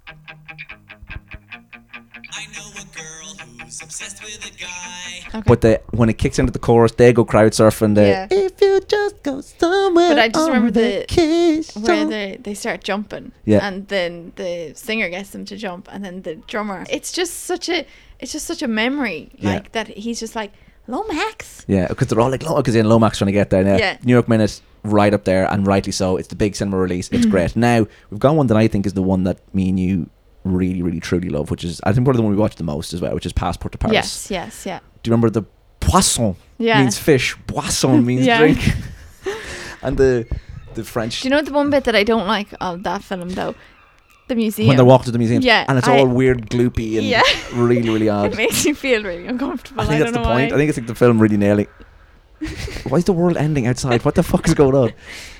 D: I know a girl who's obsessed with a guy.
B: Okay.
A: But uh, the, when it kicks into the chorus, they go crowd surfing. They,
B: Yeah.
A: If you just go somewhere,
B: But I just
A: on
B: remember the-
A: vacation."
B: where they, they start jumping
A: Yeah.
B: and then the singer gets them to jump and then the drummer it's just such a it's just such a memory
A: Yeah.
B: like that he's just like Lomax
A: Yeah, because they're all like, because in Lomax trying to get there. Yeah.
B: Yeah.
A: New York Minute, right up there, and rightly so. It's the big cinema release.
B: Mm-hmm.
A: It's great. Now, we've got one that I think is the one that me and you really, really, truly love, which is, I think, probably the one we watch the most as well, which is Passport to Paris.
B: yes yes yeah
A: Do you remember the poisson
B: Yeah.
A: means fish, boisson means
B: Yeah.
A: drink? and the the French.
B: do you know the one bit that I don't like of that film though the museum
A: when they walk to the museum,
B: Yeah,
A: and it's
B: I-
A: all weird, gloopy, and
B: Yeah.
A: really, really odd.
B: it makes you feel really uncomfortable
A: I think that's
B: don't
A: the
B: know
A: point.
B: why.
A: I think it's like the film really nailing. Why is the world ending outside? What the fuck is going on?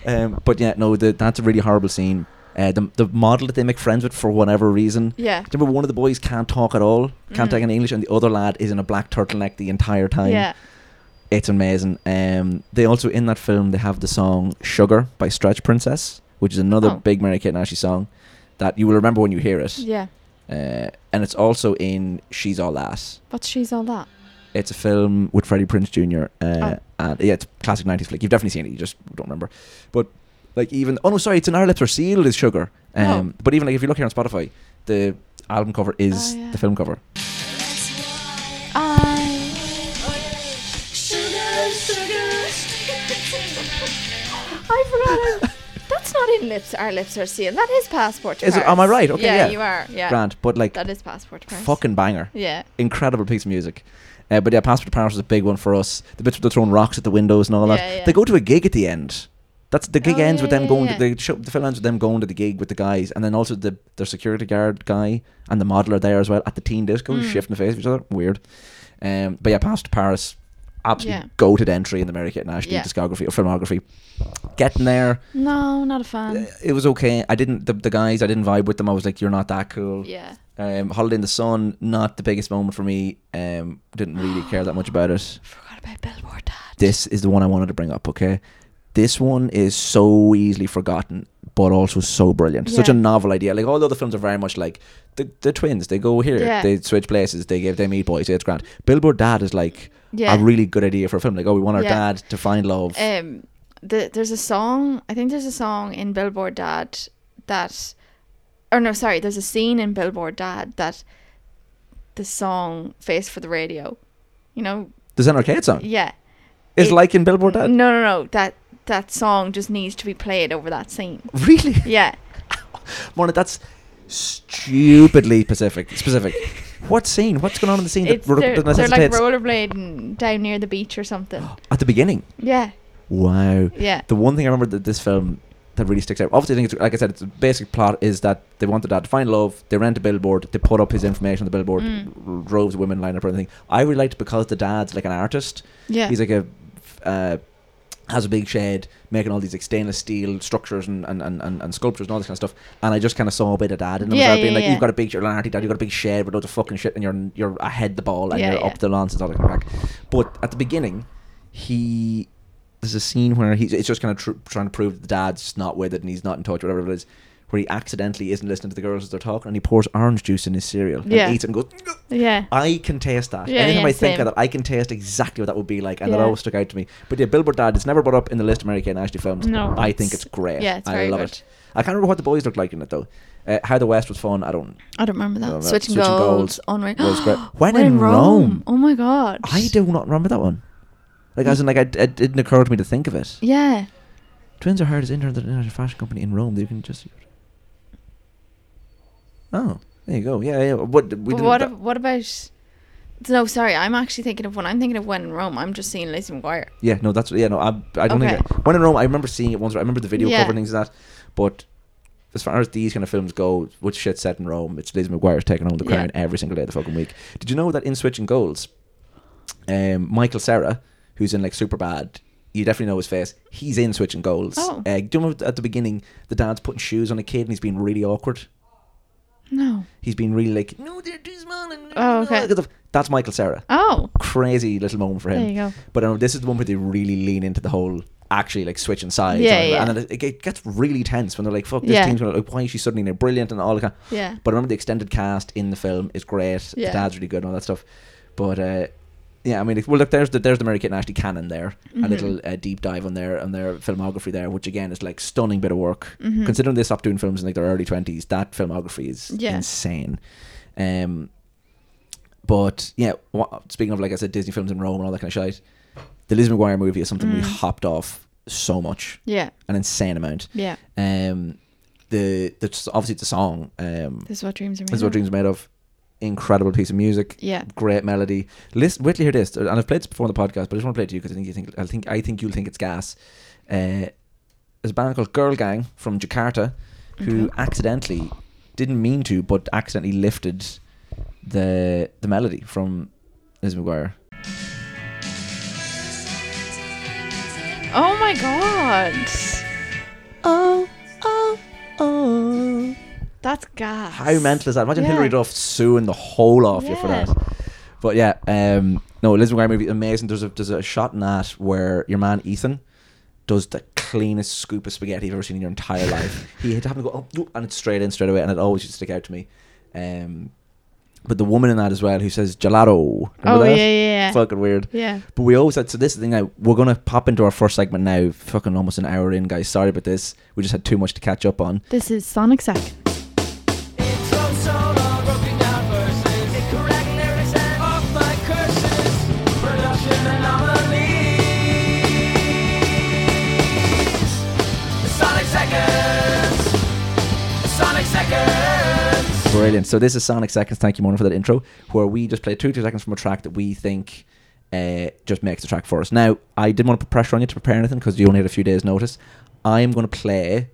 A: Um, but yeah, no, the, that's a really horrible scene. Uh, the, the model that they make friends with for whatever reason.
B: yeah
A: Do you remember one of the boys can't talk at all, can't
B: Mhm.
A: talk in English, and the other lad is in a black turtleneck the entire time.
B: yeah
A: It's amazing. Um, they also, in that film, they have the song Sugar by Stretch Princess, which is another
B: Oh.
A: big Mary Kate and Ashley song that you will remember when you hear it.
B: yeah
A: Uh, and it's also in She's All That.
B: but she's all that
A: It's a film with Freddie Prince Jr. Uh,
B: Oh.
A: and yeah, it's a classic '90s flick. You've definitely seen it. You just don't remember. But like even oh no, sorry, it's an Our Lips Are Sealed is Sugar.
B: Oh.
A: Um, But even like if you look here on Spotify, the album cover is
B: Oh, yeah.
A: the film cover.
B: I forgot. That's not in lips. Our lips are sealed. That is passport. to
A: Is it-
B: Paris.
A: am I right? Okay, yeah.
B: you are. Yeah,
A: Grand, but like
B: that is passport. to Paris.
A: fucking banger,
B: Yeah.
A: incredible piece of music. Uh, but yeah, Passport to Paris was a big one for us. The bits where they're throwing rocks at the windows and all that.
B: Yeah, yeah.
A: They go to a gig at the end. That's the gig
B: Oh,
A: ends
B: yeah,
A: with them
B: yeah,
A: going.
B: yeah.
A: To, the, show, the film ends with them going to the gig with the guys, and then also the their security guard guy and the model are there as well at the teen disco,
B: Mm.
A: shifting the face of each other. Weird. Um, but yeah, Passport to Paris, absolutely
B: Yeah.
A: goated entry in the Mary Kate and Ashley
B: Yeah.
A: discography or filmography. Getting there,
B: No, not a fan.
A: uh, it was okay. I didn't the, the guys. I didn't vibe with them. I was like, you're not that cool.
B: Yeah.
A: Um, Holiday in the Sun, not the biggest moment for me. Um, didn't really care that much about it.
B: Forgot about Billboard Dad.
A: This is the one I wanted to bring up. Okay, this one is so easily forgotten, but also so brilliant. Such a
B: Yeah.
A: novel idea. Like all the other films are very much like the the twins. They go here,
B: Yeah.
A: they switch places, they give they meet boys. It's grand. Billboard Dad is like
B: Yeah.
A: a really good idea for a film. Like oh, we want our
B: Yeah.
A: dad to find love.
B: um, the, there's a song. I think there's a song in Billboard Dad that, or no, sorry, there's a scene in Billboard Dad that the song "Face for the Radio," you know,
A: There's an arcade song.
B: yeah.
A: It's
B: it-
A: like in Billboard Dad.
B: No, no, no. That that song just needs to be played over that scene.
A: Really.
B: Yeah.
A: Mona, that's stupidly specific. Specific. What scene? What's going on in the scene
B: It's
A: that, re-
B: they're,
A: that
B: they're like
A: necessitates
B: rollerblading down near the beach or something.
A: at the beginning?
B: Yeah.
A: Wow.
B: Yeah.
A: The one thing I remember that this film that really sticks out. Obviously, I think it's like I said, it's a basic plot is that they want the dad to find love. They rent a billboard. They put up his information on the billboard.
B: Mm.
A: r- Droves of women line up and everything. I really liked because the dad's like an artist.
B: Yeah.
A: He's like a uh, has a big shed, making all these like, stainless steel structures and, and, and, and and sculptures and all this kind of stuff. And I just kind of saw a bit of that, and
B: Yeah,
A: I was
B: yeah,
A: being like,
B: yeah.
A: "You've got a big, you're an arty dad, you've got a big shed with loads of fucking shit, and you're you're ahead the ball, and
B: Yeah,
A: you're
B: yeah.
A: up the lance and all that kind of crack." But at the beginning, he there's a scene where he's it's just kind of tr- trying to prove that the dad's just not with it and he's not in touch, whatever it is. Where he accidentally isn't listening to the girls as they're talking, and he pours orange juice in his cereal
B: Yeah.
A: and eats it and goes.
B: Yeah.
A: I can taste that.
B: Yeah,
A: Anytime
B: yeah,
A: I think
B: same.
A: of that, I can taste exactly what that would be like, and that
B: Yeah.
A: always stuck out to me. But yeah, Billboard Dad, it's never brought up in the list of Mary Kay and Ashley films.
B: No,
A: I think
B: it's-
A: it's great.
B: yeah, it's
A: I
B: very
A: love
B: good.
A: it. I can't remember what the boys looked like in it though. Uh, How the West was fun. I don't.
B: I don't remember that.
A: Remember that.
B: Switching,
A: Oh, Switching
B: Gold,
A: Gold
B: Onward.
A: was great. When
B: When
A: in Rome.
B: Oh my god.
A: I do not remember that one. Like as in, like I, it didn't occur to me to think of it.
B: Yeah.
A: Twins are hired as interns at an international fashion company in Rome. You can just. Oh, there you go. Yeah, yeah. What we
B: But
A: didn't-
B: what,
A: that-
B: ab- what about. No, sorry. I'm actually thinking of when I'm thinking of when in Rome. I'm just seeing Lizzie McGuire.
A: Yeah, no, that's yeah, no, I, I don't
B: Okay.
A: think I, when in Rome. I remember seeing it once. I remember the video
B: Yeah.
A: cover and things like that. But as far as these kind of films go, which shit's set in Rome, it's Liz McGuire's taking home the
B: Yeah.
A: crown every single day of the fucking week. Did you know that in Switching Goals, um, Michael Sarah, who's in like Super Bad, you definitely know his face. He's in Switching Goals.
B: Oh.
A: Uh, do you remember at the beginning the dad's putting shoes on a kid and he's being really awkward?
B: No.
A: He's been really like, no, they're too small. And
B: Oh, okay.
A: That's Michael Sarah
B: Oh.
A: crazy little moment for him.
B: There you go.
A: But um, this is the one where they really lean into the whole actually like switching sides.
B: Yeah,
A: and,
B: yeah.
A: and then it, it gets really tense when they're like, "Fuck this
B: Yeah.
A: team's gonna, like, why is she suddenly now brilliant and all that." Kind
B: Yeah.
A: But I remember the extended cast in the film is great.
B: Yeah.
A: The dad's really good and all that stuff. But uh, yeah, I mean, like, well, look, there's the there's the Mary Kate and Ashley canon there.
B: Mm-hmm.
A: A little uh, deep dive on their on their filmography there, which again is like stunning bit of work.
B: Mm-hmm.
A: Considering they stopped doing films in like their early twenties, that filmography is
B: Yeah.
A: insane. Um, but yeah, wha- speaking of like I said, Disney films in Rome and all that kind of shit, the Liz McGuire movie is
B: Mm.
A: something we hopped off so much,
B: Yeah.
A: an insane amount.
B: Yeah.
A: Um, the the obviously the song um,
B: This is what dreams are made
A: is what
B: of.
A: dreams are made of. Incredible piece of music.
B: Yeah.
A: Great melody. Listen, wait till you hear this. And I've played this before on the podcast, but I just want to play it to you because I think you think I think I think you'll think it's gas. Uh, there's a band called Girl Gang from Jakarta, who accidentally didn't mean to, but accidentally lifted the the melody from Liz McGuire.
B: Oh my god.
A: Oh, oh, oh.
B: That's gas.
A: How mental is that? Imagine
B: Yeah.
A: Hilary Duff suing the whole off you for
B: Yeah.
A: that. But yeah, um, no, Liz McGuire movie amazing. There's a there's a shot in that where your man Ethan does the cleanest scoop of spaghetti you've ever seen in your entire life. He had happened to go oh, and it's straight in straight away, and it always used to stick out to me. Um, but the woman in that as well who says gelato.
B: Oh,
A: Remember that?
B: yeah, yeah, yeah.
A: Fucking weird.
B: Yeah.
A: But we always had so this is the thing now we're gonna pop into our first segment now, fucking almost an hour in, guys. Sorry about this. We just had too much to catch up on.
B: This is Sonic Sack.
C: Sonic Seconds!
A: Brilliant. So this is Sonic Seconds. Thank you, Mona, for that intro, where we just play two two seconds from a track that we think uh, just makes the track for us. Now, I didn't want to put pressure on you to prepare anything because you only had a few days' notice. I am going to play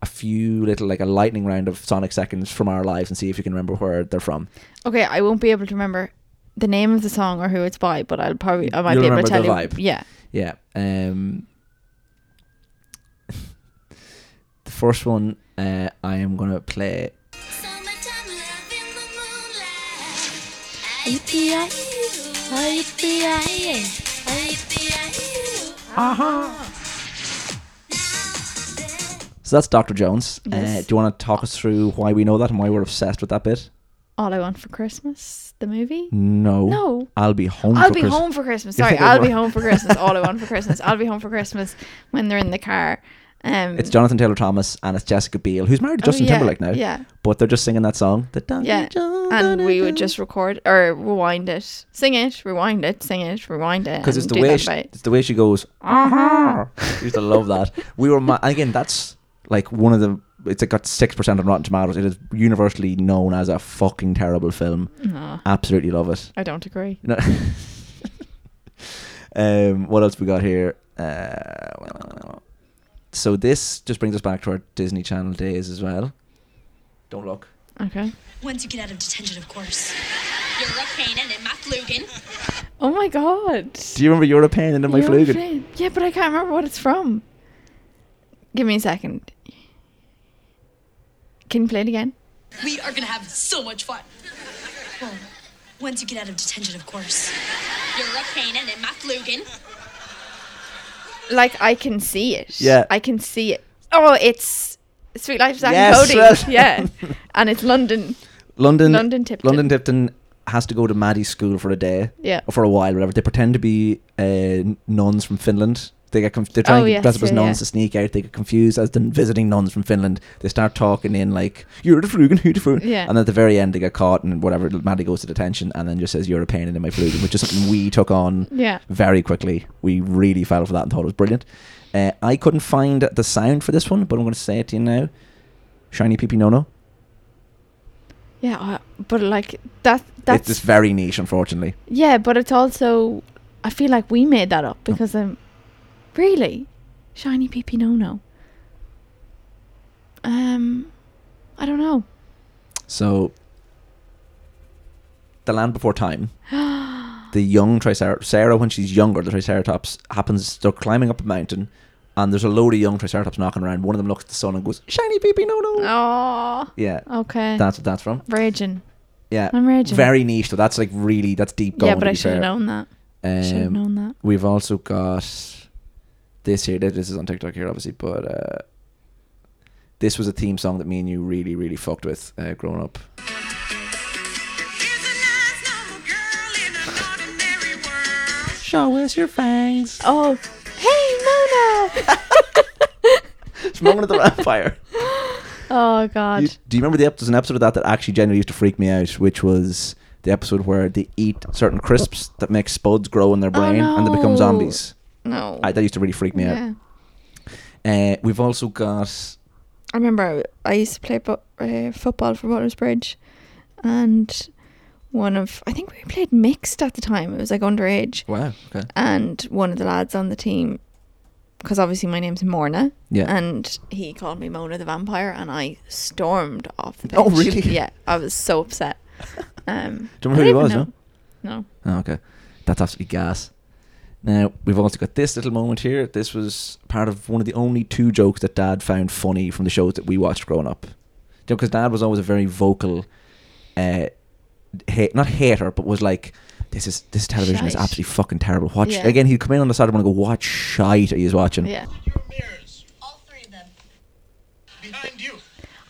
A: a few little like a lightning round of Sonic Seconds from our lives and see if you can remember where they're from.
B: Okay, I won't be able to remember the name of the song or who it's by, but I'll probably I might
A: You'll
B: be able to
A: remember
B: tell
A: the vibe.
B: you. Yeah.
A: Yeah. Um, the first one uh, I am going to play.
E: Summertime love in the moonlight.
F: IPI, IPI, IPI.
A: Uh-huh. So that's Dr. Jones. Uh,
B: Yes.
A: do you want to talk us through why we know that and why we're obsessed with that bit?
B: All I Want for Christmas, the movie.
A: No.
B: No.
A: I'll be home.
B: I'll
A: for
B: be
A: Christ-
B: home for Christmas.
A: You
B: Sorry,
A: think I
B: I'll be
A: were.
B: home for Christmas. All I want for Christmas. I'll be home for Christmas when they're in the car. Um,
A: It's Jonathan Taylor Thomas and it's Jessica Biel, who's married to
B: Oh,
A: Justin
B: yeah,
A: Timberlake now.
B: yeah.
A: But they're just singing that song. The Dun-
B: yeah,
A: Dun-
B: and
A: Dun-
B: we
A: Dun-
B: would just record or rewind it, sing it, rewind it, sing it, rewind it.
A: because it's
B: and
A: the
B: do
A: way
B: that
A: she,
B: by-
A: it's the way she goes. Uh-huh. I used to love that. We were ma- again. That's like one of the. It's like got six percent on Rotten Tomatoes. It is universally known as a fucking terrible film.
B: No,
A: Absolutely love it.
B: I don't agree.
A: No. um, what else we got here? Uh, so this just brings us back to our Disney Channel days as well. Don't look.
B: Okay.
G: Once you get out of detention, of course. You're a Kanan and Matt Lugan.
B: Oh my god.
A: Do you remember You're a Pain and then my
B: You're a
A: Flugen?
B: friend. Yeah, but I can't remember what it's from. Give me a second. Can you play it again?
G: We are gonna have so much fun. Well, once you get out of detention, of course.
F: You're a pain and in my flugen.
B: Like I can see it.
A: Yeah.
B: I can see it. Oh, it's Sweet Life of Zack
A: Yes, well
B: and Cody. Yeah. and it's London.
A: London,
B: London Tipton.
A: London Tipton has to go to Maddie's school for a day.
B: Yeah.
A: Or for a while, whatever. They pretend to be uh, nuns from Finland. They get conf- they're trying
B: Oh,
A: to
B: yes,
A: dress up as
B: yeah,
A: nuns
B: yeah.
A: to sneak out. They get confused as the visiting nuns from Finland. They start talking in like "You're the Flugen, who the Flugen,"
B: Yeah.
A: and at the very end they get caught and whatever. Maddie goes to detention and then just says "You're a pain in my Flugen," which is something we took on
B: Yeah.
A: very quickly. We really fell for that and thought it was brilliant. Uh, I couldn't find the sound for this one, but I'm going to say it to you now. Shiny Peepee Nono.
B: Yeah, uh, but like that
A: It's
B: that's
A: just very niche, unfortunately.
B: Yeah, but it's also I feel like we made that up because um really shiny peepee no no. Um I don't know.
A: So, The Land Before Time. the young Triceratops, Sarah, when she's younger, the Triceratops happens, they're climbing up a mountain, and there's a load of young Triceratops knocking around. One of them looks at the sun and goes, Shiny peepee, no, no.
B: Oh
A: Yeah.
B: okay.
A: That's what that's from.
B: Raging.
A: Yeah.
B: I'm raging.
A: Very niche, though. That's like really, that's deep going.
B: Yeah, but
A: to
B: I
A: be
B: should have
A: fair.
B: known that. should have
A: Um,
B: known that.
A: We've also got this here. This is on TikTok here, obviously, but uh, this was a theme song that me and you really, really fucked with uh, growing up.
E: Here's a nice normal girl in an ordinary world.
A: Show us your fangs.
B: Oh Hey Mona
A: Smoking at the Vampire.
B: Oh god.
A: You- do you remember the episode? There's an episode of that that actually genuinely used to freak me out, which was the episode where they eat certain crisps that make spuds grow in their brain and they become
B: Oh, no.
A: zombies.
B: no.
A: I, that used to really freak me
B: yeah.
A: out. Uh, we've also got
B: I remember I, I used to play bo- uh, football for Butler's Bridge, and one of I think we played mixed at the time. It was like underage,
A: wow. Okay.
B: and one of the lads on the team, because obviously my name's Morna,
A: Yeah.
B: and he called me Mona the Vampire, and I stormed off the pitch.
A: Oh, really?
B: Yeah, I was so upset. Um,
A: Do you remember who
B: I
A: he
B: don't
A: was?
B: even
A: No.
B: know. No.
A: Oh, okay. That's absolutely gas. Now, we've also got this little moment here. This was part of one of the only two jokes that Dad found funny from the shows that we watched growing up. You know, because Dad was always a very vocal, uh, hate, not hater, but was like, this is this television is
B: Shite.
A: absolutely fucking terrible. Watch
B: Yeah.
A: again. He'd come in on the Saturday morning and go, "What shite are you watching?"
B: Yeah.
D: Your mirrors
F: All three of them.
D: behind you.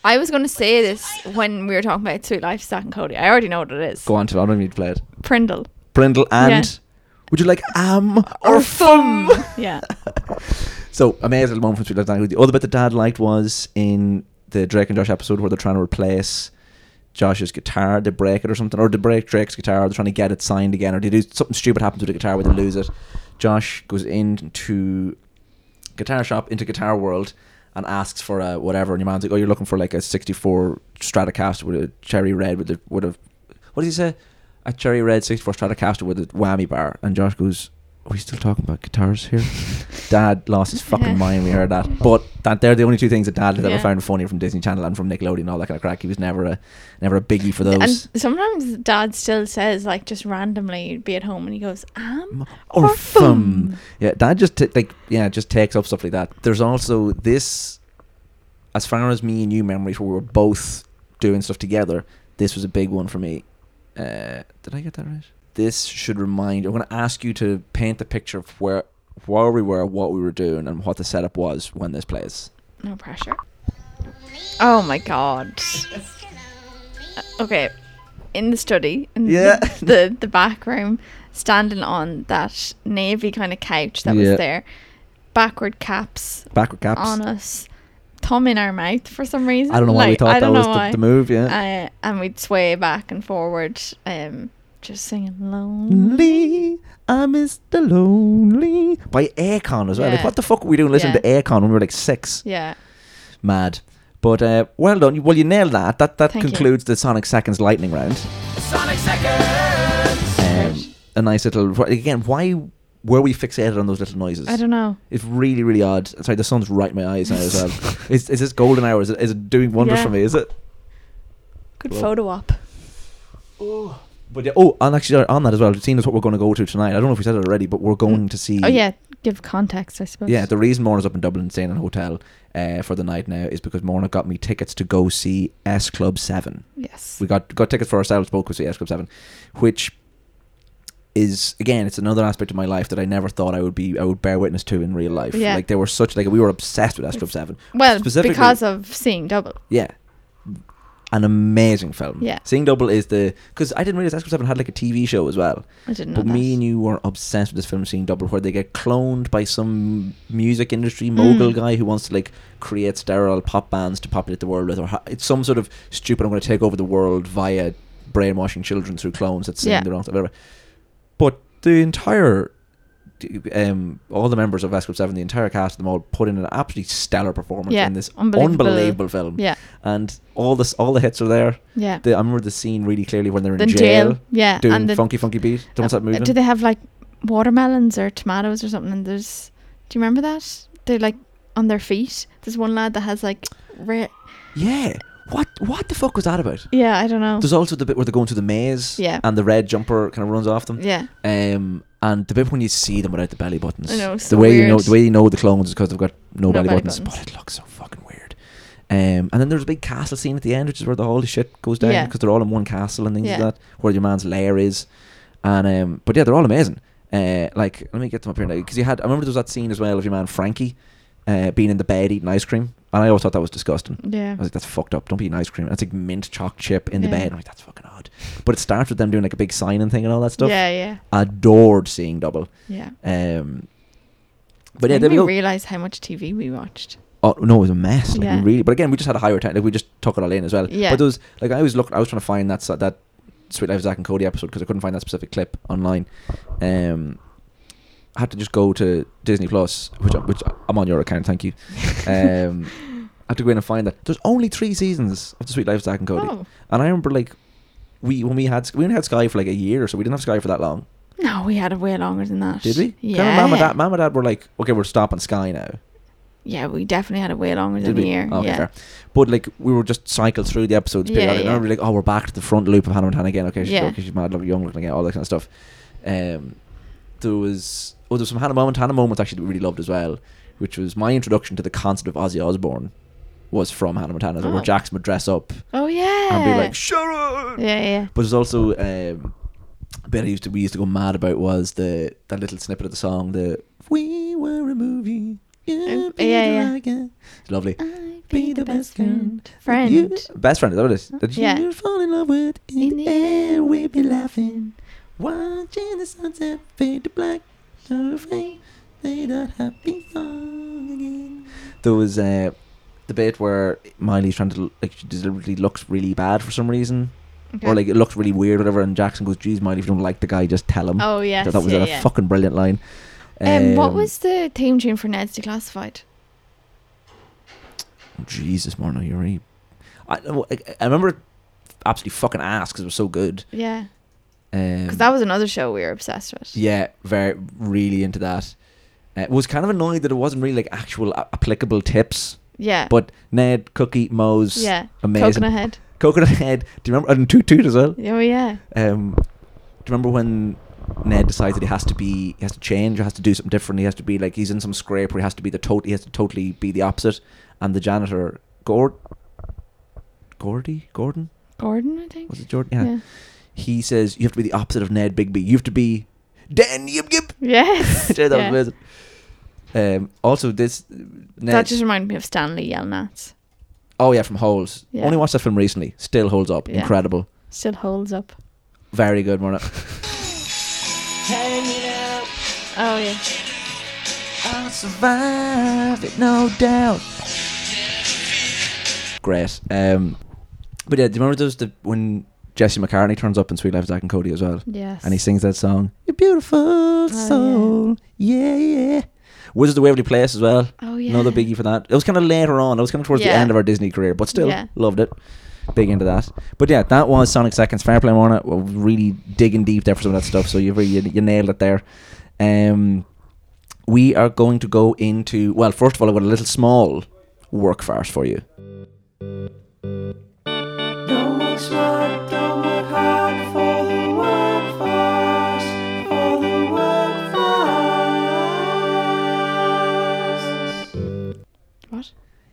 B: I was going to say this when we were talking about Sweet Life, Zack and Cody. I already know what it is.
A: Go on to. I don't even need to play it.
B: Prindle.
A: Brindle and
B: Yeah.
A: would you like am or fum?
B: yeah.
A: So amazing moment from Sweet Life of Zack and Cody. The other bit that Dad liked was in the Drake and Josh episode where they're trying to replace Josh's guitar. They break it or something, or they break Drake's guitar. They're trying to get it signed again, or they do something stupid happens with the guitar where they lose it. Josh goes into guitar shop into Guitar World and asks for a whatever, and your man's like, "Oh, you're looking for like a '64 Stratocaster with a cherry red with a with a what does he say? A cherry red '64 Stratocaster with a whammy bar." And Josh goes, "Are we still talking about guitars here?" Dad lost his fucking mind. We heard that, but that they're the only two things that Dad has ever
B: Yeah.
A: found funny from Disney Channel and from Nickelodeon and all that kind of crack. He was never a never a biggie for those.
B: And sometimes dad still says, like, just randomly be at home and he goes, "Um, Am
A: or fum. Yeah, that just t- like yeah, just takes up stuff like that. There's also this, as far as me and you memories, where we were both doing stuff together. This was a big one for me. Uh, did I get that right? This should remind. I'm going to ask you to paint the picture of where where we were, what we were doing, and what the setup was when this plays.
B: No pressure. Oh my god. Okay. In the study, in
A: Yeah.
B: the, the the back room, standing on that navy kind of couch that
A: Yeah.
B: was there, backward caps
A: Backward caps.
B: on us, thumb in our mouth for some reason.
A: I don't know why we
B: Like,
A: thought
B: I
A: that
B: don't
A: was
B: know
A: the,
B: why.
A: the move. Yeah.
B: Uh, and we'd sway back and forward, um, just singing lonely.
A: Lonely, I miss the lonely by Aircon as well. Like,
B: Yeah.
A: what the fuck were we doing listening
B: Yeah.
A: to Aircon when we were like six?
B: Yeah.
A: Mad. But uh, well done. Well, you nailed that. That that
B: Thank you.
A: concludes the Sonic Seconds lightning round.
C: Sonic Seconds.
A: Um, a nice little. Again, why were we fixated on those little noises?
B: I don't know.
A: It's really, really odd. Sorry, the sun's right in my eyes now as well. is, is this golden hour? Is it, is it doing wonders
B: Yeah.
A: for me? Is it?
B: Good
A: Well-
B: photo op.
A: But yeah, oh, and actually on that as well, seeing as what we're going to go to tonight, I don't know if we said it already, but we're going to see.
B: Oh yeah, give context, I suppose.
A: Yeah, the reason Morna's up in Dublin staying in a hotel uh, for the night now is because Morna got me tickets to go see S Club 7.
B: yes.
A: We got got tickets for ourselves both because we S Club Seven, which is again it's another aspect of my life that I never thought I would be I would bear witness to in real life.
B: Yeah.
A: Like they were such like we were obsessed with S Club Seven.
B: well,
A: specifically-
B: because of seeing double.
A: yeah, an amazing film.
B: Yeah.
A: Seeing Double is the because I didn't realize S Club Seven had like a TV show as well.
B: I didn't know
A: But
B: that.
A: me and you were obsessed with this film, Seeing Double, where they get cloned by some music industry mogul
B: Mm.
A: guy who wants to like create sterile pop bands to populate the world with, or ha- it's some sort of stupid. I'm going to take over the world via brainwashing children through clones that sing
B: Yeah.
A: the wrong stuff. Whatever. But the entire, um, all the members of S Club Seven, the entire cast of them all, put in an absolutely stellar performance
B: Yeah,
A: in this
B: unbelievable.
A: unbelievable, film.
B: Yeah.
A: and all this, all the hits are there.
B: Yeah.
A: The, I remember the scene really clearly when they're in
B: The
A: jail,
B: jail, yeah,
A: doing
B: and the-
A: funky, funky beat. Don't
B: Uh,
A: stop moving.
B: Do they have like watermelons or tomatoes or something? And there's, do you remember that? They're like on their feet. There's one lad that has like, re-
A: Yeah. What what the fuck was that about?
B: yeah, I don't know.
A: There's also the bit where they're going through the maze.
B: Yeah.
A: And the red jumper kind of runs off them.
B: Yeah.
A: Um and the bit when you see them without the belly buttons.
B: I know, it's
A: the
B: so
A: way you
B: weird.
A: know the way you know the clones is because they've got no, belly, buttons,
B: buttons.
A: But it looks so fucking weird. Um and then there's a big castle scene at the end, which is where the whole shit goes down
B: Yeah.
A: because they're all in one castle and things
B: Yeah.
A: like that, where your man's lair is. And um but yeah, they're all amazing. Uh, like let me get them up here now because you had I remember there was that scene as well of your man Frankie uh, being in the bed eating ice cream and I always thought that was disgusting. I
B: Yeah.
A: was like, that's fucked up. Don't be an ice cream. And it's like mint choc chip in the
B: Yeah.
A: bed. I'm like, that's fucking odd. But it starts with them doing like a big sign and thing and all that stuff.
B: Yeah, yeah,
A: Adored seeing double.
B: yeah.
A: Um,
B: But
A: but yeah, there we
B: Mm-hmm.
A: go.
B: we realize how much TV we watched.
A: oh no, it was a mess. Like,
B: Yeah.
A: we really. But again, we just had a higher time. Like we just took it all in as well.
B: Yeah.
A: But there was like I was looking. I was trying to find that si- that Sweet Life of Zach and Cody episode because I couldn't find that specific clip online. Um, I had to just go to Disney Plus, which I- which I- I'm on your account. Thank you. Um, I had to go in and find that. There's only three seasons of the Sweet Life of Zach and Cody.
B: Oh.
A: And I remember like we when we had we only had Sky for like a year, so we didn't have Sky for that long,
B: No, we had it way longer than that.
A: did we?
B: Yeah.
A: Mom and dad, mom and dad were like, okay, we're stopping Sky now.
B: Yeah, we definitely had it way longer
A: Did
B: than a
A: we?
B: year.
A: Okay,
B: yeah.
A: fair. But like we were just cycled through the episodes.
B: Yeah,
A: periodically. And
B: yeah.
A: I remember like, oh, we're back to the front loop of Hannah Montana again. Okay, she's,
B: Yeah.
A: okay, she's mad, look, young looking again, all that kind of stuff. Um, there was oh, there was some Hannah Montana moments actually that we really loved as well, which was my introduction to the concept of Ozzy Osbourne was from Hannah Montana,
B: Oh.
A: where Jackson would dress up
B: Oh yeah.
A: and be like Sharon.
B: yeah, yeah.
A: But there's also um, a bit I used to we used to go mad about was the that little snippet of the song the We were a movie.
B: Oh,
A: Yeah,
B: yeah,
A: yeah, yeah. It's lovely.
B: I'd
A: Be the best friend.
B: Friend.
A: You, best friend, is that what it is? That
B: Yeah.
A: you fall in love with. In,
B: In
A: the
B: the
A: air,
B: air
A: we'd be
B: we'd be
A: laughing. Watching the sunset fade to black. So afraid they that happy song again. There was uh, the bit where Miley's trying to, l- like, she deliberately looks really bad for some reason. Or,
B: Okay.
A: like, it looks really weird, whatever. And Jackson goes, Geez, Miley, if you don't like the guy, just tell him.
B: Oh yes.
A: I thought that was
B: yeah,
A: a
B: yeah.
A: fucking brilliant line.
B: Um, what was the theme tune for Ned's Declassified?
A: Jesus, Morno, you're really. I, I, I remember absolutely fucking ass because it was so good.
B: Yeah,
A: Um,
B: because that was another show we were obsessed with.
A: yeah, very really into that. Uh, was kind of annoyed that it wasn't really like actual a- applicable tips,
B: Yeah.
A: but Ned, Cookie, Moe's,
B: yeah.
A: amazing.
B: Coconut Head.
A: Coconut Head. Do you remember? And Toot Toot as well.
B: Oh yeah.
A: Um, do you remember when Ned decides that he has to be, he has to change, he has to do something different, he has to be like he's in some scrape where he has to be the total, he has to totally be the opposite, and the janitor Gord, Gordy, Gordon,
B: Gordon, I think.
A: was it Jordan? Yeah. He says you have to be the opposite of Ned Bigby. You have to be Dan Yip Yip.
B: Yes.
A: that
B: yeah.
A: was amazing. Um, also, this Ned.
B: That just reminded me of Stanley yelling at.
A: oh yeah, from Holes.
B: Yeah.
A: Only watched that film recently. Still holds up.
B: Yeah.
A: Incredible.
B: Still holds up.
A: Very good, Morna.
C: Hanging out
B: Oh yeah.
A: I'll survive it, no doubt. Great. Um, but yeah, do you remember those the when Jesse McCartney turns up in Sweet Life of Zack and Cody as well?
B: Yes. Oh,
A: And he sings that song, You're Beautiful
B: yeah.
A: Soul. Yeah, yeah. Wizards of Waverly Place as well.
B: Oh,
A: Another
B: yeah.
A: biggie for that. It was kind of later on. It was kind of towards the
B: Yeah.
A: end of our Disney career, but still
B: Yeah.
A: loved it. Big into that. But yeah, that was Sonic Seconds. Fair play, Morna. We're really digging deep there for some of that stuff. So you you, you nailed it there. Um, we are going to go into well. First of all, I've got a little small work farce for you.
C: Don't work smart, don't work hard for the world.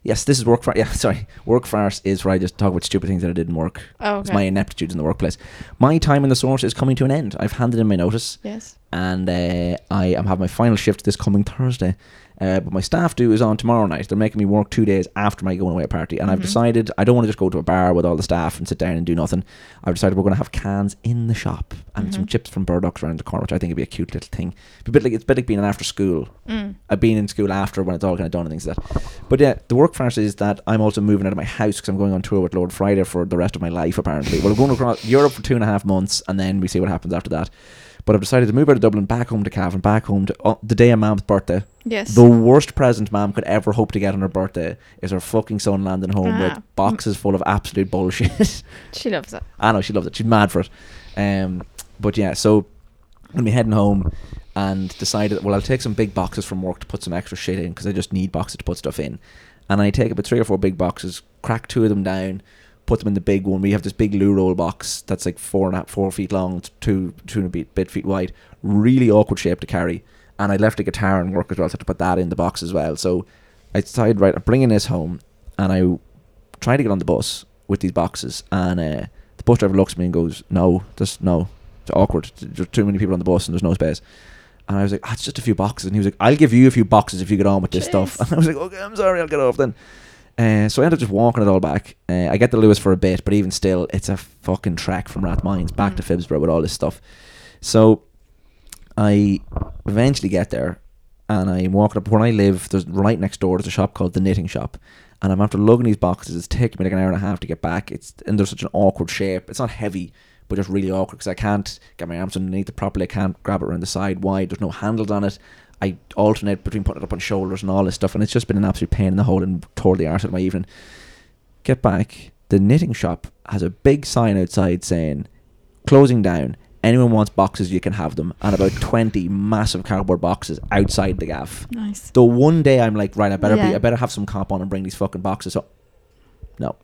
A: Yes, this is work farce. Yeah, sorry. Work farce is where I just talk about stupid things that I didn't work.
B: Oh,
A: It's
B: okay.
A: my ineptitude in the workplace. My time in the source is coming to an end. I've handed in my notice.
B: Yes.
A: And uh, I am having my final shift this coming Thursday. Uh, but my staff do is on tomorrow night. They're making me work two days after my going away party. And
B: Mm-hmm.
A: I've decided I don't want to just go to a bar with all the staff and sit down and do nothing. I've decided we're going to have cans in the shop and
B: Mm-hmm.
A: some chips from Burdocks around the corner, which I think would be a cute little thing. It'd be a bit like, it's a bit like being an after school.
B: Mm.
A: I've been in school after when it's all kind of done and things like that. But yeah, the work farce is that I'm also moving out of my house because I'm going on tour with Lord Friday for the rest of my life, apparently. well, I'm going across Europe for two and a half months and then we see what happens after that. But I've decided to move out of Dublin, back home to Cavan, back home to oh, the day of Mam's birthday.
B: Yes.
A: The worst present Mam could ever hope to get on her birthday is her fucking son landing home
B: Ah.
A: with boxes full of absolute bullshit.
B: she loves it.
A: I know she loves it. She's mad for it. Um, but yeah, so I'm gonna be heading home and decided, well, I'll take some big boxes from work to put some extra shit in because I just need boxes to put stuff in. And I take about three or four big boxes, crack two of them down, put them in the big one. We have this big loo roll box that's like four and a half, four feet long, it's two two and a bit, bit feet wide. Really awkward shape to carry. And I left a guitar and work as well, so I had to put that in the box as well. So I decided, right, I'm bringing this home, and I trying to get on the bus with these boxes, and uh, the bus driver looks at me and goes, "No, just no. It's awkward. There's too many people on the bus and there's no space." And I was like, ah, "It's just a few boxes." And he was like, "I'll give you a few boxes if you get on with this stuff."
B: Jeez.
A: And I was like, "Okay, I'm sorry, I'll get off then." Uh, so I ended up just walking it all back. Uh, I get to Lewis for a bit, but even still, it's a fucking trek from Rathmines back to Phibsborough with all this stuff. So I eventually get there and I'm walking up where I live, there's right next door there's a shop called the knitting shop. And I'm after lugging these boxes, it's taking me like an hour and a half to get back. It's and they're such an awkward shape. It's not heavy, but just really awkward because I can't get my arms underneath it properly, I can't grab it around the side wide, there's no handles on it. I alternate between putting it up on shoulders and all this stuff, and it's just been an absolute pain in the hole and tore the arse out of my evening. Get back, the knitting shop has a big sign outside saying closing down. Anyone wants boxes, you can have them. And about 20 massive cardboard boxes outside the gaff.
B: Nice.
A: The one day I'm like, right, I better be,
B: Yeah.
A: I better have some comp on and bring these fucking boxes up. No.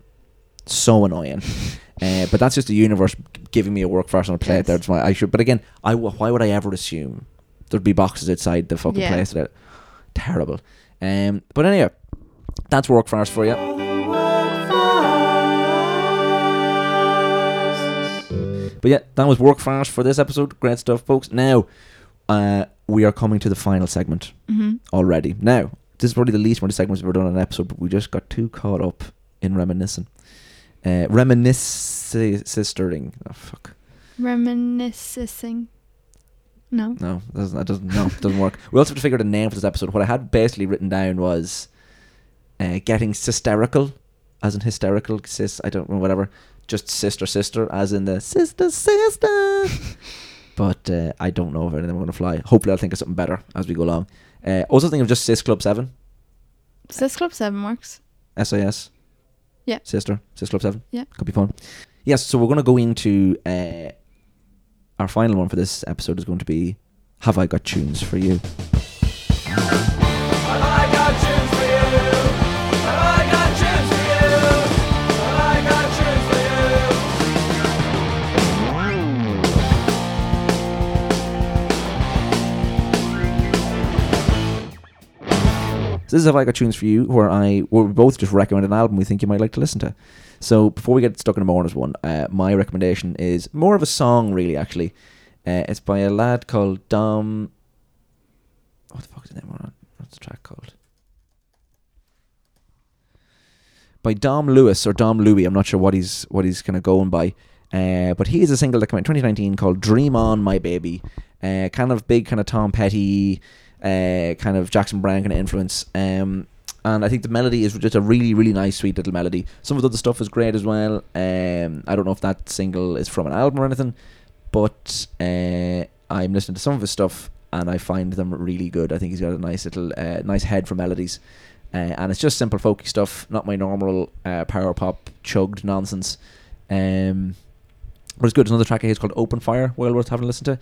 A: So annoying. Uh, but that's just the universe giving me a work farce on a plate
B: Yes.
A: there. It's my, I should, but again, I, w- why would I ever assume there'd be boxes outside the fucking
B: Yeah.
A: place? That, terrible. Um, but anyway, that's work farce for you. But yeah, that was work fast for this episode. Great stuff, folks. Now, uh, we are coming to the final segment
B: Mm-hmm.
A: already. Now, this is probably the least amount of segments we've ever done on an episode, but we just got too caught up in reminiscing. Uh, reminiscing. Oh, fuck.
B: Reminiscing. No.
A: No, that doesn't, that doesn't, no, it doesn't work. We also have to figure out a name for this episode. What I had basically written down was uh, getting hysterical, as in hysterical, sis, I don't know, whatever. Just sister, sister, as in the sister, sister. but uh, I don't know if anything I'm going to fly. Hopefully, I'll think of something better as we go along. Uh, also, think of just Sis Club 7,
B: Does this Club 7 works?
A: SAS.
B: Yeah.
A: Sister, Sis Club 7.
B: Yeah.
A: Could be fun. Yes, so we're going to go into uh, our final one for this episode is going to be Have I Got Tunes for You? So this is Have I Got Tunes for You, where I where we both just recommend an album we think you might like to listen to. So before we get stuck in a mourner's one, uh, my recommendation is more of a song, really, actually. Uh, it's by a lad called Dom. What the fuck is the name on? What's the track called? By Dom Lewis or Dom Louis. I'm not sure what he's what he's kind of going by. Uh, but he is a single that came out in 2019 called "Dream On, My Baby." Uh, kind of big, kind of Tom Petty, uh, kind of Jackson Brown kind of influence. Um, and I think the melody is just a really, really nice, sweet little melody. Some of the other stuff is great as well. Um, I don't know if that single is from an album or anything, but uh, I'm listening to some of his stuff and I find them really good. I think he's got a nice little, uh, nice head for melodies. Uh, and it's just simple folky stuff, not my normal uh, power pop chugged nonsense. Um, but it's good. There's another track of his called Open Fire, well worth having a listen to.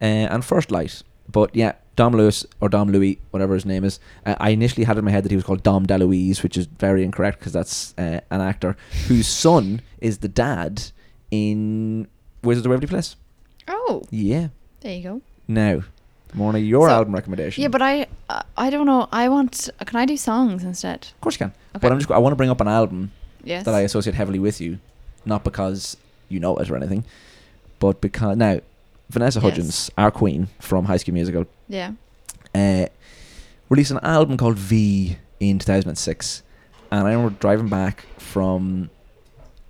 A: Uh, and First Light. But yeah, Dom Lewis or Dom Louis, whatever his name is. Uh, I initially had in my head that he was called Dom DeLuise, which is very incorrect because that's uh, an actor whose son is the dad in Wizards of Waverly Place.
B: Oh.
A: Yeah.
B: There you go.
A: Now, Morning, your
B: So-
A: album recommendation.
B: Yeah, but I uh, I don't know. I want. Can I do songs instead?
A: of course you can.
B: Okay.
A: But I'm just I want to bring up an album
B: Yes.
A: that I associate heavily with you, not because you know it or anything, but because now Vanessa
B: Yes.
A: Hudgens, our queen from High School Musical,
B: yeah.
A: uh, released an album called V in 2006, and I remember driving back from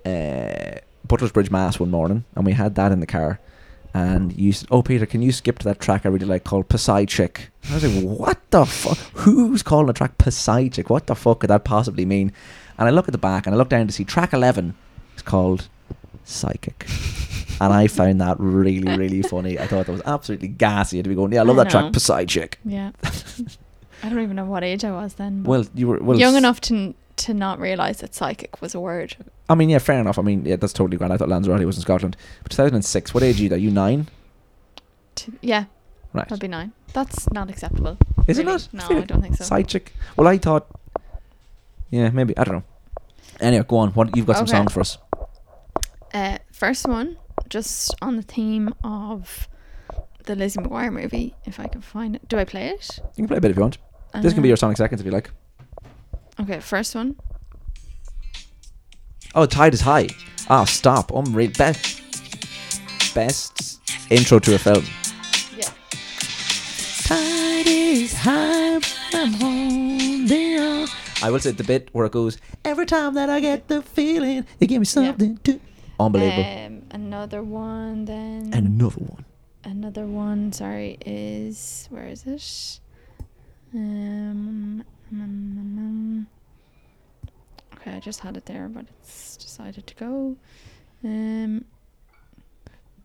A: uh, Butler's Bridge Mass one morning, and we had that in the car. And you said, "Oh, Peter, can you skip to that track I really like called Psy Chick?" And I was like, "What the fuck? Who's calling a track Psy Chick? What the fuck could that possibly mean?" And I look at the back, and I look down to see track eleven. It's called Psychic, and I found that really, really funny. I thought that was absolutely gassy to be going, "Yeah, I love
B: I
A: that track
B: know.
A: Psy Chick."
B: Yeah. I don't even know what age I was then. but
A: Well, you were well,
B: young
A: s-
B: enough to n- to not realize that psychic was a word.
A: I mean, yeah, fair enough. I mean, yeah, that's totally grand. I thought Lanzarote was in Scotland. But 2006, what age are you? Are you nine?
B: To, yeah,
A: Right.
B: that'd be nine. That's not acceptable.
A: Is
B: really.
A: it not?
B: No, I don't think so.
A: Side chick. Well, I thought. Yeah, maybe I don't know. Anyway, go on. What you've got some
B: Okay.
A: songs for us?
B: Uh, first one, just on the theme of the Lizzie McGuire movie, if I can find it. Do I play it?
A: You can play a bit if you want. this can be
B: Uh,
A: your sonic seconds if you like.
B: Okay, first one.
A: Oh, tide is high. Ah, stop. Unreal. Best. Best intro to a film.
B: Yeah.
A: Tide is high. I'm holding on. I will say the bit where it goes. Every time that I get the feeling, they give me something to. Unbelievable.
B: Um, another one then.
A: and another one.
B: another one sorry is where is it um, mm, mm, mm. okay i just had it there but it's decided to go um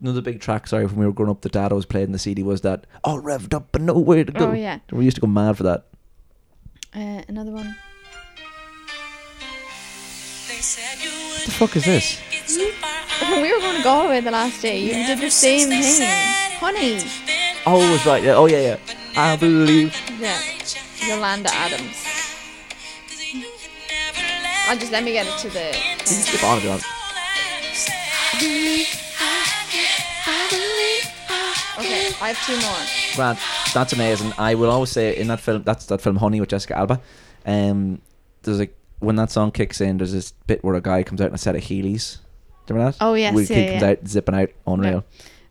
A: Another big track, sorry, when we were growing up, the dad always played in the CD was that all revved up and nowhere to go.
B: Oh, yeah.
A: We used to go mad for that.
B: uh, another one
A: What the fuck is this?
B: when we were going to Galway the last day you did the same thing honey
A: Oh, it was right. Yeah. Oh, yeah, yeah. I believe.
B: yeah yolanda adams i'll just let me get it to the
A: You can skip on if you want.
B: okay i have two more
A: Grant, that's amazing. I will always say in that film, that's that film Honey with Jessica Alba. Um, there's like when that song kicks in, there's this bit where a guy comes out in a set of Heelys. Do you remember that?
B: Oh, yes,
A: Weird
B: yeah,
A: kid
B: yeah,
A: comes
B: yeah.
A: out zipping out, unreal.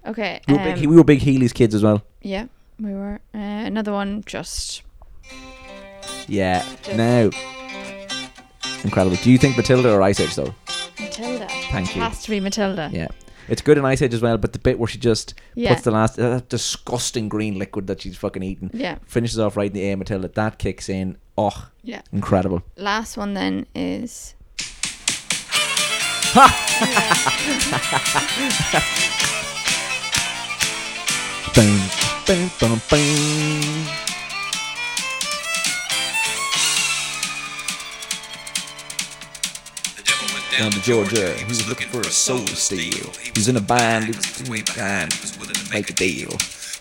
B: okay
A: We, were big,
B: um,
A: we were big Heelys kids as well.
B: yeah we were uh, another one just
A: Yeah. Now, incredible. Do you think Matilda or Ice Age though?
B: Matilda.
A: Thank you.
B: Has to be Matilda.
A: Yeah. It's good in Ice Age as well, but the bit where she just
B: Yeah.
A: puts the last uh, that disgusting green liquid that she's fucking eating,
B: Yeah.
A: finishes off right in the air, Matilda. That kicks in. Oh,
B: Yeah.
A: incredible.
B: Last one then is
A: Boom, boom, boom, boom.
D: The devil went
A: Down to Georgia, he was looking for a soul to steal. He's in a bind, he was way behind, he was willing to make a deal.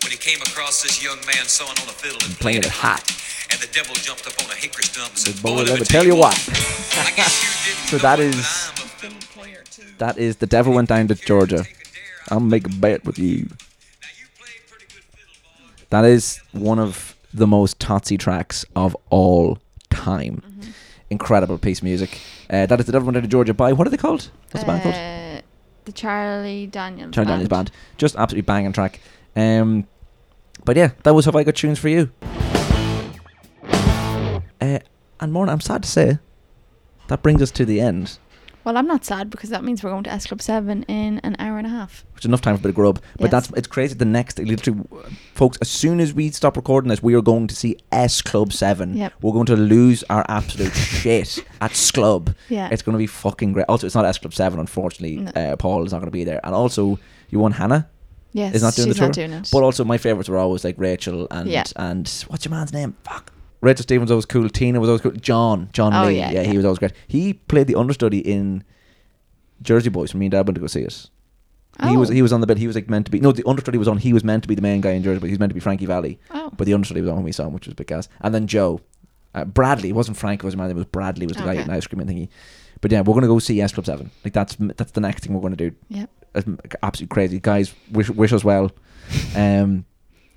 D: When he came across this young man sawing on a fiddle and
A: Playing it hot.
D: and the devil jumped up on a hickory stump and said,
A: Boy, let me tell you what.
D: I guess you didn't
A: So
D: know
A: that is-
D: it, but I'm a fiddle player too.
A: That is The Devil Went Down to Georgia. I'll make a bet with you.
D: Now you played pretty good fiddle, boy.
A: That is one of the most totsy tracks of all time. Incredible piece of music. Uh, that is the Devil Went Down to Georgia by what are they called? What's the band called?
B: uh, the Charlie Daniels.
A: Charlie Daniels Band. Just absolutely banging track. Um, but yeah, that was Have I Got Tunes for You. Uh, and Morna, I'm sad to say, that brings us to the end,
B: Well, I'm not sad because that means we're going to S Club Seven in an hour and a half.
A: which is enough time for a bit of grub. But
B: Yes.
A: that's it's crazy. The next, literally, folks, as soon as we stop recording this, we are going to see S Club 7.
B: Yep.
A: We're going to lose our absolute shit at S Club.
B: Yeah.
A: It's going to be fucking great. Also, it's not S Club 7, unfortunately.
B: No.
A: Uh, Paul is not going to be there. And also, you want Hannah?
B: Yes,
A: is not doing
B: she's
A: the tour.
B: not doing it.
A: But also, my favorites were always like Rachel and
B: Yeah.
A: and what's your man's name? Fuck. Rachel Stevens was always cool. Tina was always cool. John, John
B: Oh,
A: Lee,
B: yeah,
A: yeah,
B: yeah.
A: he was always great. He played the understudy in Jersey Boys when me and Dad went to go see it. He was
B: Oh.
A: he was on the bit. He was like meant to be. No, the understudy was on. He was meant to be the main guy in Jersey, but he was meant to be Frankie Valley.
B: Oh.
A: But the understudy was on when we saw him, which was a bit gas. And then Joe, uh, Bradley. It wasn't Frank. It wasn't my name. It was Bradley. Was the guy
B: Okay.
A: eating ice cream and thingy. But yeah, we're gonna go see S Club Seven. Like that's that's the next thing we're gonna do
B: Yep.
A: that's m- absolutely crazy. Guys, wish wish us well. Um,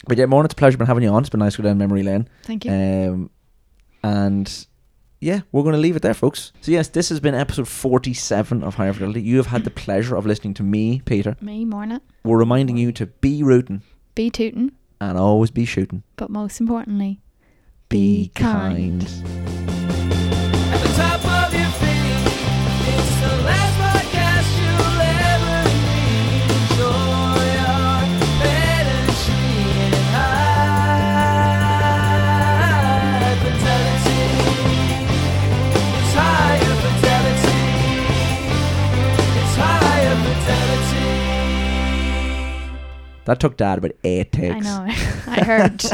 A: But yeah, Morning, it's a pleasure been having you on. It's been nice to go down memory lane.
B: Thank you.
A: Um, and yeah, we're going to leave it there, folks. So yes, this has been episode 47 of Higher Fidelity. You have had the pleasure of listening to me, Peter.
B: Me, Morna,
A: We're reminding you to be rooting
B: be tootin',
A: and always be shooting.
B: but most importantly,
A: Be
B: Be
A: kind.
B: kind.
C: At the top of your feet, it's the last podcast you'll ever need. Enjoy our energy and high fidelity. It's higher fidelity. It's higher fidelity.
A: That took Dad about eight takes.
B: I know. I heard.